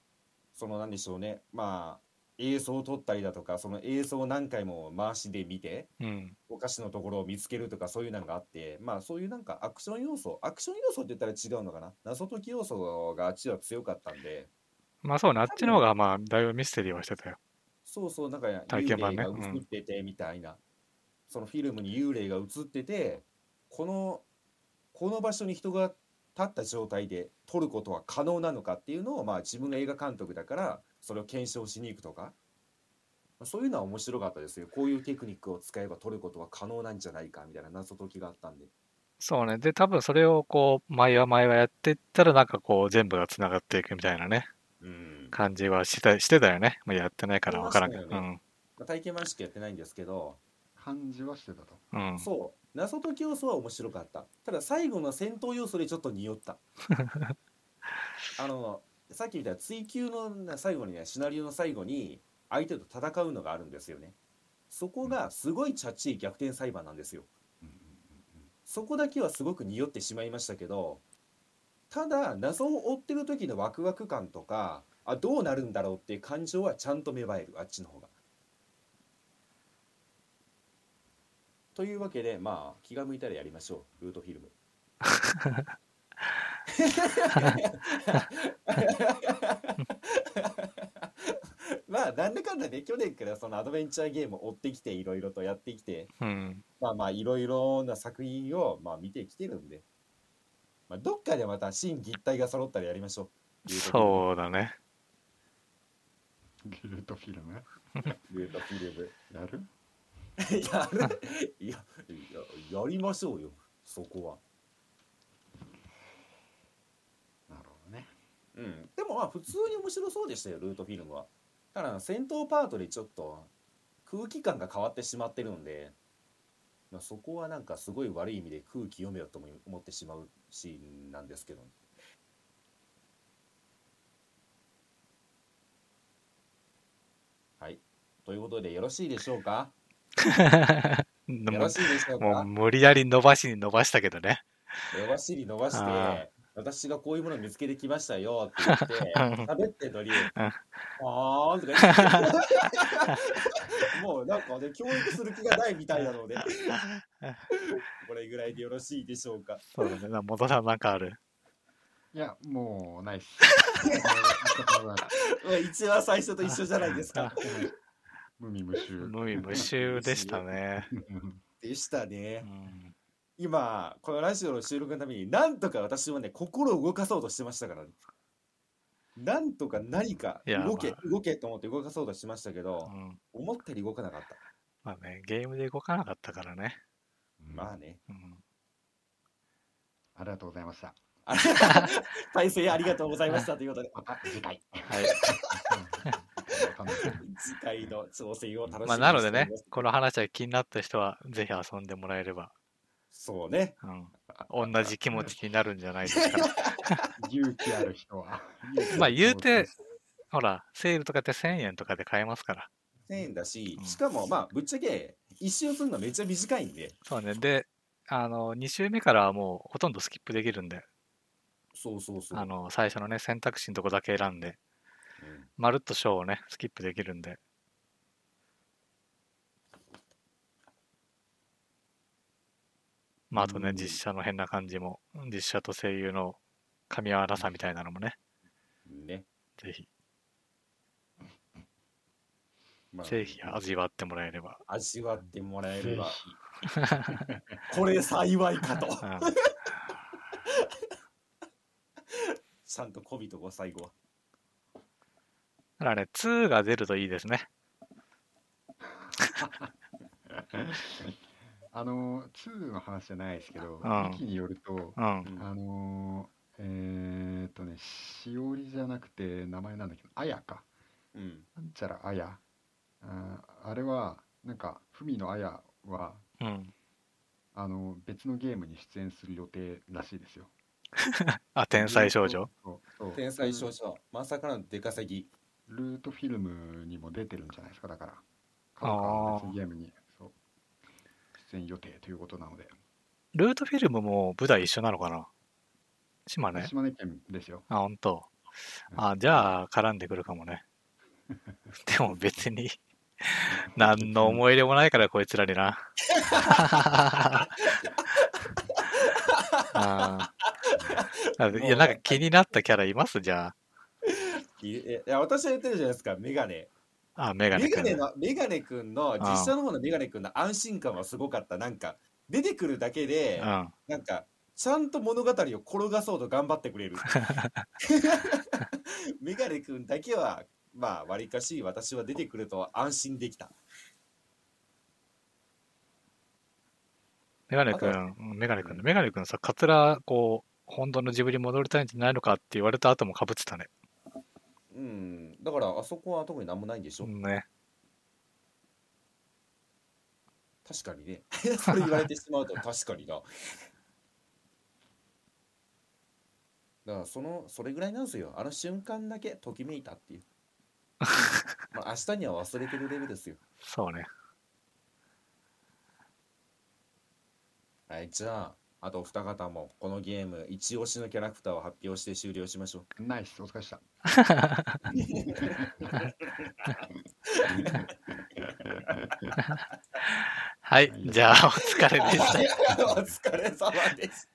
[SPEAKER 2] その何でしょうねまあ映像を撮ったりだとかその映像を何回も回しで見て、
[SPEAKER 1] うん。
[SPEAKER 2] お菓子のところを見つけるとかそういうのがあってまあそういうなんかアクション要素アクション要素って言ったら違うのかな謎解き要素があっちは強かったんで
[SPEAKER 1] まあそうね、あっちの方がまあだいぶミステリーはしてたよ。
[SPEAKER 2] そうそうなんか
[SPEAKER 1] 体
[SPEAKER 2] 幽
[SPEAKER 1] 験版
[SPEAKER 2] 霊
[SPEAKER 1] ね
[SPEAKER 2] が映っててみたいな、そのフィルムに幽霊が映っててこのこの場所に人が立った状態で撮ることは可能なのかっていうのをまあ自分が映画監督だからそれを検証しに行くとか。まあそういうのは面白かったですよ。こういうテクニックを使えば撮ることは可能なんじゃないかみたいな謎解きがあったんで。
[SPEAKER 1] そうね。で、多分それをこう、毎は毎はやっていったら、なんかこう、全部がつながっていくみたいなね、
[SPEAKER 2] うん。
[SPEAKER 1] 感じはしたしてたよね。まあ、やってないからわからんけど。
[SPEAKER 2] そうですまあ体験版しかやってないんですけど、
[SPEAKER 3] 感じはしてたと。
[SPEAKER 1] うん。うん。
[SPEAKER 2] そう謎解き要素は面白かったただ最後の戦闘要素でちょっと匂った あのさっきみたいな追求のな最後にねシナリオの最後に相手と戦うのがあるんですよねそこがすごいチャッチい逆転裁判なんですよ
[SPEAKER 3] うん
[SPEAKER 2] そこだけはすごく匂ってしまいましたけどただ謎を追ってる時のワクワク感とかあどうなるんだろうっていう感情はちゃんと芽生えるあっちの方が。というわけでまあ気が向いたらやりましょうルートフィルム。 まあなんだかんだね去年からそのアドベンチャーゲームを追ってきていろいろとやってきて
[SPEAKER 1] うん。
[SPEAKER 2] まあまあいろいろな作品をまあ見てきてるんで、まあ、どっかでまた新一体が揃ったらやりましょう。
[SPEAKER 1] そうだね。
[SPEAKER 3] ルートフィルム
[SPEAKER 2] う。ルートフィルム。
[SPEAKER 3] やる
[SPEAKER 2] やるいやいややりましょうよそこは。
[SPEAKER 3] なるほどね。
[SPEAKER 2] うん、でもまあ普通に面白そうでしたよルートフィルムは。ただ戦闘パートでちょっと空気感が変わってしまってるんで、まあ、そこはなんかすごい悪い意味で空気読めよとも思ってしまうシーンなんですけど、はい。ということでよろしいでしょうか
[SPEAKER 1] で
[SPEAKER 2] よ
[SPEAKER 1] も
[SPEAKER 2] ろしいでしょう
[SPEAKER 1] も
[SPEAKER 2] か
[SPEAKER 1] う無理やり伸ばしに伸ばしたけどね。
[SPEAKER 2] 伸ばしに伸ばし
[SPEAKER 1] あ
[SPEAKER 2] て、私がこういうもの見つけてきましたよって言って、 喋ってんのに、あーんとか言って、 もうなんかね、教育する気がないみたいなので、これぐらいでよろしいでしょうか。
[SPEAKER 1] そうだね。な元さんなんかある。
[SPEAKER 3] いや、もうないっす。
[SPEAKER 2] まあ一番最初と一緒じゃないですか。
[SPEAKER 3] 無味 無臭。
[SPEAKER 1] 無味無臭でしたね。
[SPEAKER 3] うん。
[SPEAKER 2] でした
[SPEAKER 1] う
[SPEAKER 2] ね。
[SPEAKER 1] ん。
[SPEAKER 2] 今、このラジオの収録のために、なんとか私はね、心を動かそうとしてましたからね。なんとか何か
[SPEAKER 1] いや
[SPEAKER 2] 動け、
[SPEAKER 1] ま
[SPEAKER 2] 動けと思って動かそうとしましたけ
[SPEAKER 1] う
[SPEAKER 2] ど、
[SPEAKER 1] ん
[SPEAKER 2] 思ったより動かなかった。
[SPEAKER 1] まあね、ゲームで動かなかったからね。
[SPEAKER 2] まあね。
[SPEAKER 1] うん。
[SPEAKER 3] ありがとうございました。
[SPEAKER 2] あれ大勢ありがとうございましたということで、
[SPEAKER 3] また次回。
[SPEAKER 1] はい。
[SPEAKER 3] 楽しみに
[SPEAKER 2] 次回の挑戦を楽しみにしております。
[SPEAKER 1] まあ、なのでね、この話が気になった人は、ぜひ遊んでもらえれば
[SPEAKER 2] そうね。
[SPEAKER 1] うん、同じ気持ちになるんじゃないですか。
[SPEAKER 3] 勇気ある人は。
[SPEAKER 1] まあ言うてほら、セールとかって1000円とかで買えますから。
[SPEAKER 2] 1000円だし
[SPEAKER 1] う、ん
[SPEAKER 2] しかもまあ、ぶっちゃけ、一周するのめっちゃ短いんで。
[SPEAKER 1] そうね。で、あの、2週目からはもうほとんどスキップできるんで、
[SPEAKER 2] そうそうそう。
[SPEAKER 1] あの、最初のね、選択肢のとこだけ選んで、
[SPEAKER 2] うん
[SPEAKER 1] まるっとショーをね、スキップできるんで。まあ、あと
[SPEAKER 3] う
[SPEAKER 1] ね、
[SPEAKER 3] ん
[SPEAKER 1] 実写の変な感じも、実写と声優の噛み合わなさみたいなのもね、
[SPEAKER 2] ね。
[SPEAKER 1] ぜひ、
[SPEAKER 3] まあ
[SPEAKER 1] ぜひ味わってもらえれば。
[SPEAKER 2] 味わってもらえれば
[SPEAKER 3] ぜ、
[SPEAKER 2] これ幸い かと。
[SPEAKER 1] うん
[SPEAKER 2] ちゃんとこびとこう、最後は。
[SPEAKER 1] だからね、2が出るといいですね。
[SPEAKER 3] あの2の話じゃないですけど、
[SPEAKER 1] うん
[SPEAKER 3] ウィキによると、
[SPEAKER 1] うん。
[SPEAKER 2] うん
[SPEAKER 3] あのーえーっとね、しおりじゃなくて、名前なんだっけど、あやか。
[SPEAKER 2] うん。
[SPEAKER 3] なんちゃらあや。あーあれは、なんか、ふみのあやは、
[SPEAKER 1] うん。
[SPEAKER 3] あの別のゲームに出演する予定らしいですよ。
[SPEAKER 1] あ、天才少女
[SPEAKER 3] そうそう
[SPEAKER 2] 天才少女、まさかの出稼ぎ。
[SPEAKER 3] ルートフィルムにも出てるんじゃないですか、だから。
[SPEAKER 1] あー
[SPEAKER 3] 角川の別のゲームにそう出演予定ということなので。
[SPEAKER 1] ルートフィルムも舞台一緒なのかな島根
[SPEAKER 3] 島根県ですよ。
[SPEAKER 1] あ、本当。
[SPEAKER 3] うん
[SPEAKER 1] あ、じゃあ、絡んでくるかも ね。でも別に、何の思い入れもないから、こいつらに な。あーあいや、なんか気になったキャラいますじゃ
[SPEAKER 2] いいや、私は言ってるじゃないですか、メガネ。
[SPEAKER 1] あ。あ、メガネ
[SPEAKER 2] メ
[SPEAKER 1] く
[SPEAKER 2] ガ
[SPEAKER 1] ん
[SPEAKER 2] ネ。の、メガネくんの、実写の方のメガネくんの安心感はすごかった。なんか、出てくるだけで、
[SPEAKER 1] うん。
[SPEAKER 2] なんか、ちゃんと物語を転がそうと頑張ってくれ る。メガネくんだけは、まあ、わりかし私は出てくると安心できた。
[SPEAKER 1] メガネく
[SPEAKER 2] あと
[SPEAKER 1] ん、うんメガネくん、メガネくんさ、カツラ、こう、本当の自分に戻りたいんじゃないのかって言われた後もかぶってたね。
[SPEAKER 2] うん、だから、あそこは特になんもないんでしょ。
[SPEAKER 1] うんね。
[SPEAKER 2] 確か にね。それ言われてしまうと、確かにな。だからそのそれぐらいなんですよ。あの瞬間だけときめいた っていう。まあ明日には忘れてるレベルですよ。
[SPEAKER 1] そうね。
[SPEAKER 2] はい、じゃあ、あとお二方もこのゲーム、一押しのキャラクターを発表して終了しましょう。
[SPEAKER 3] ナイス、お疲れした。
[SPEAKER 1] はい、じゃ あ、お疲れでした。
[SPEAKER 2] お疲れ様です。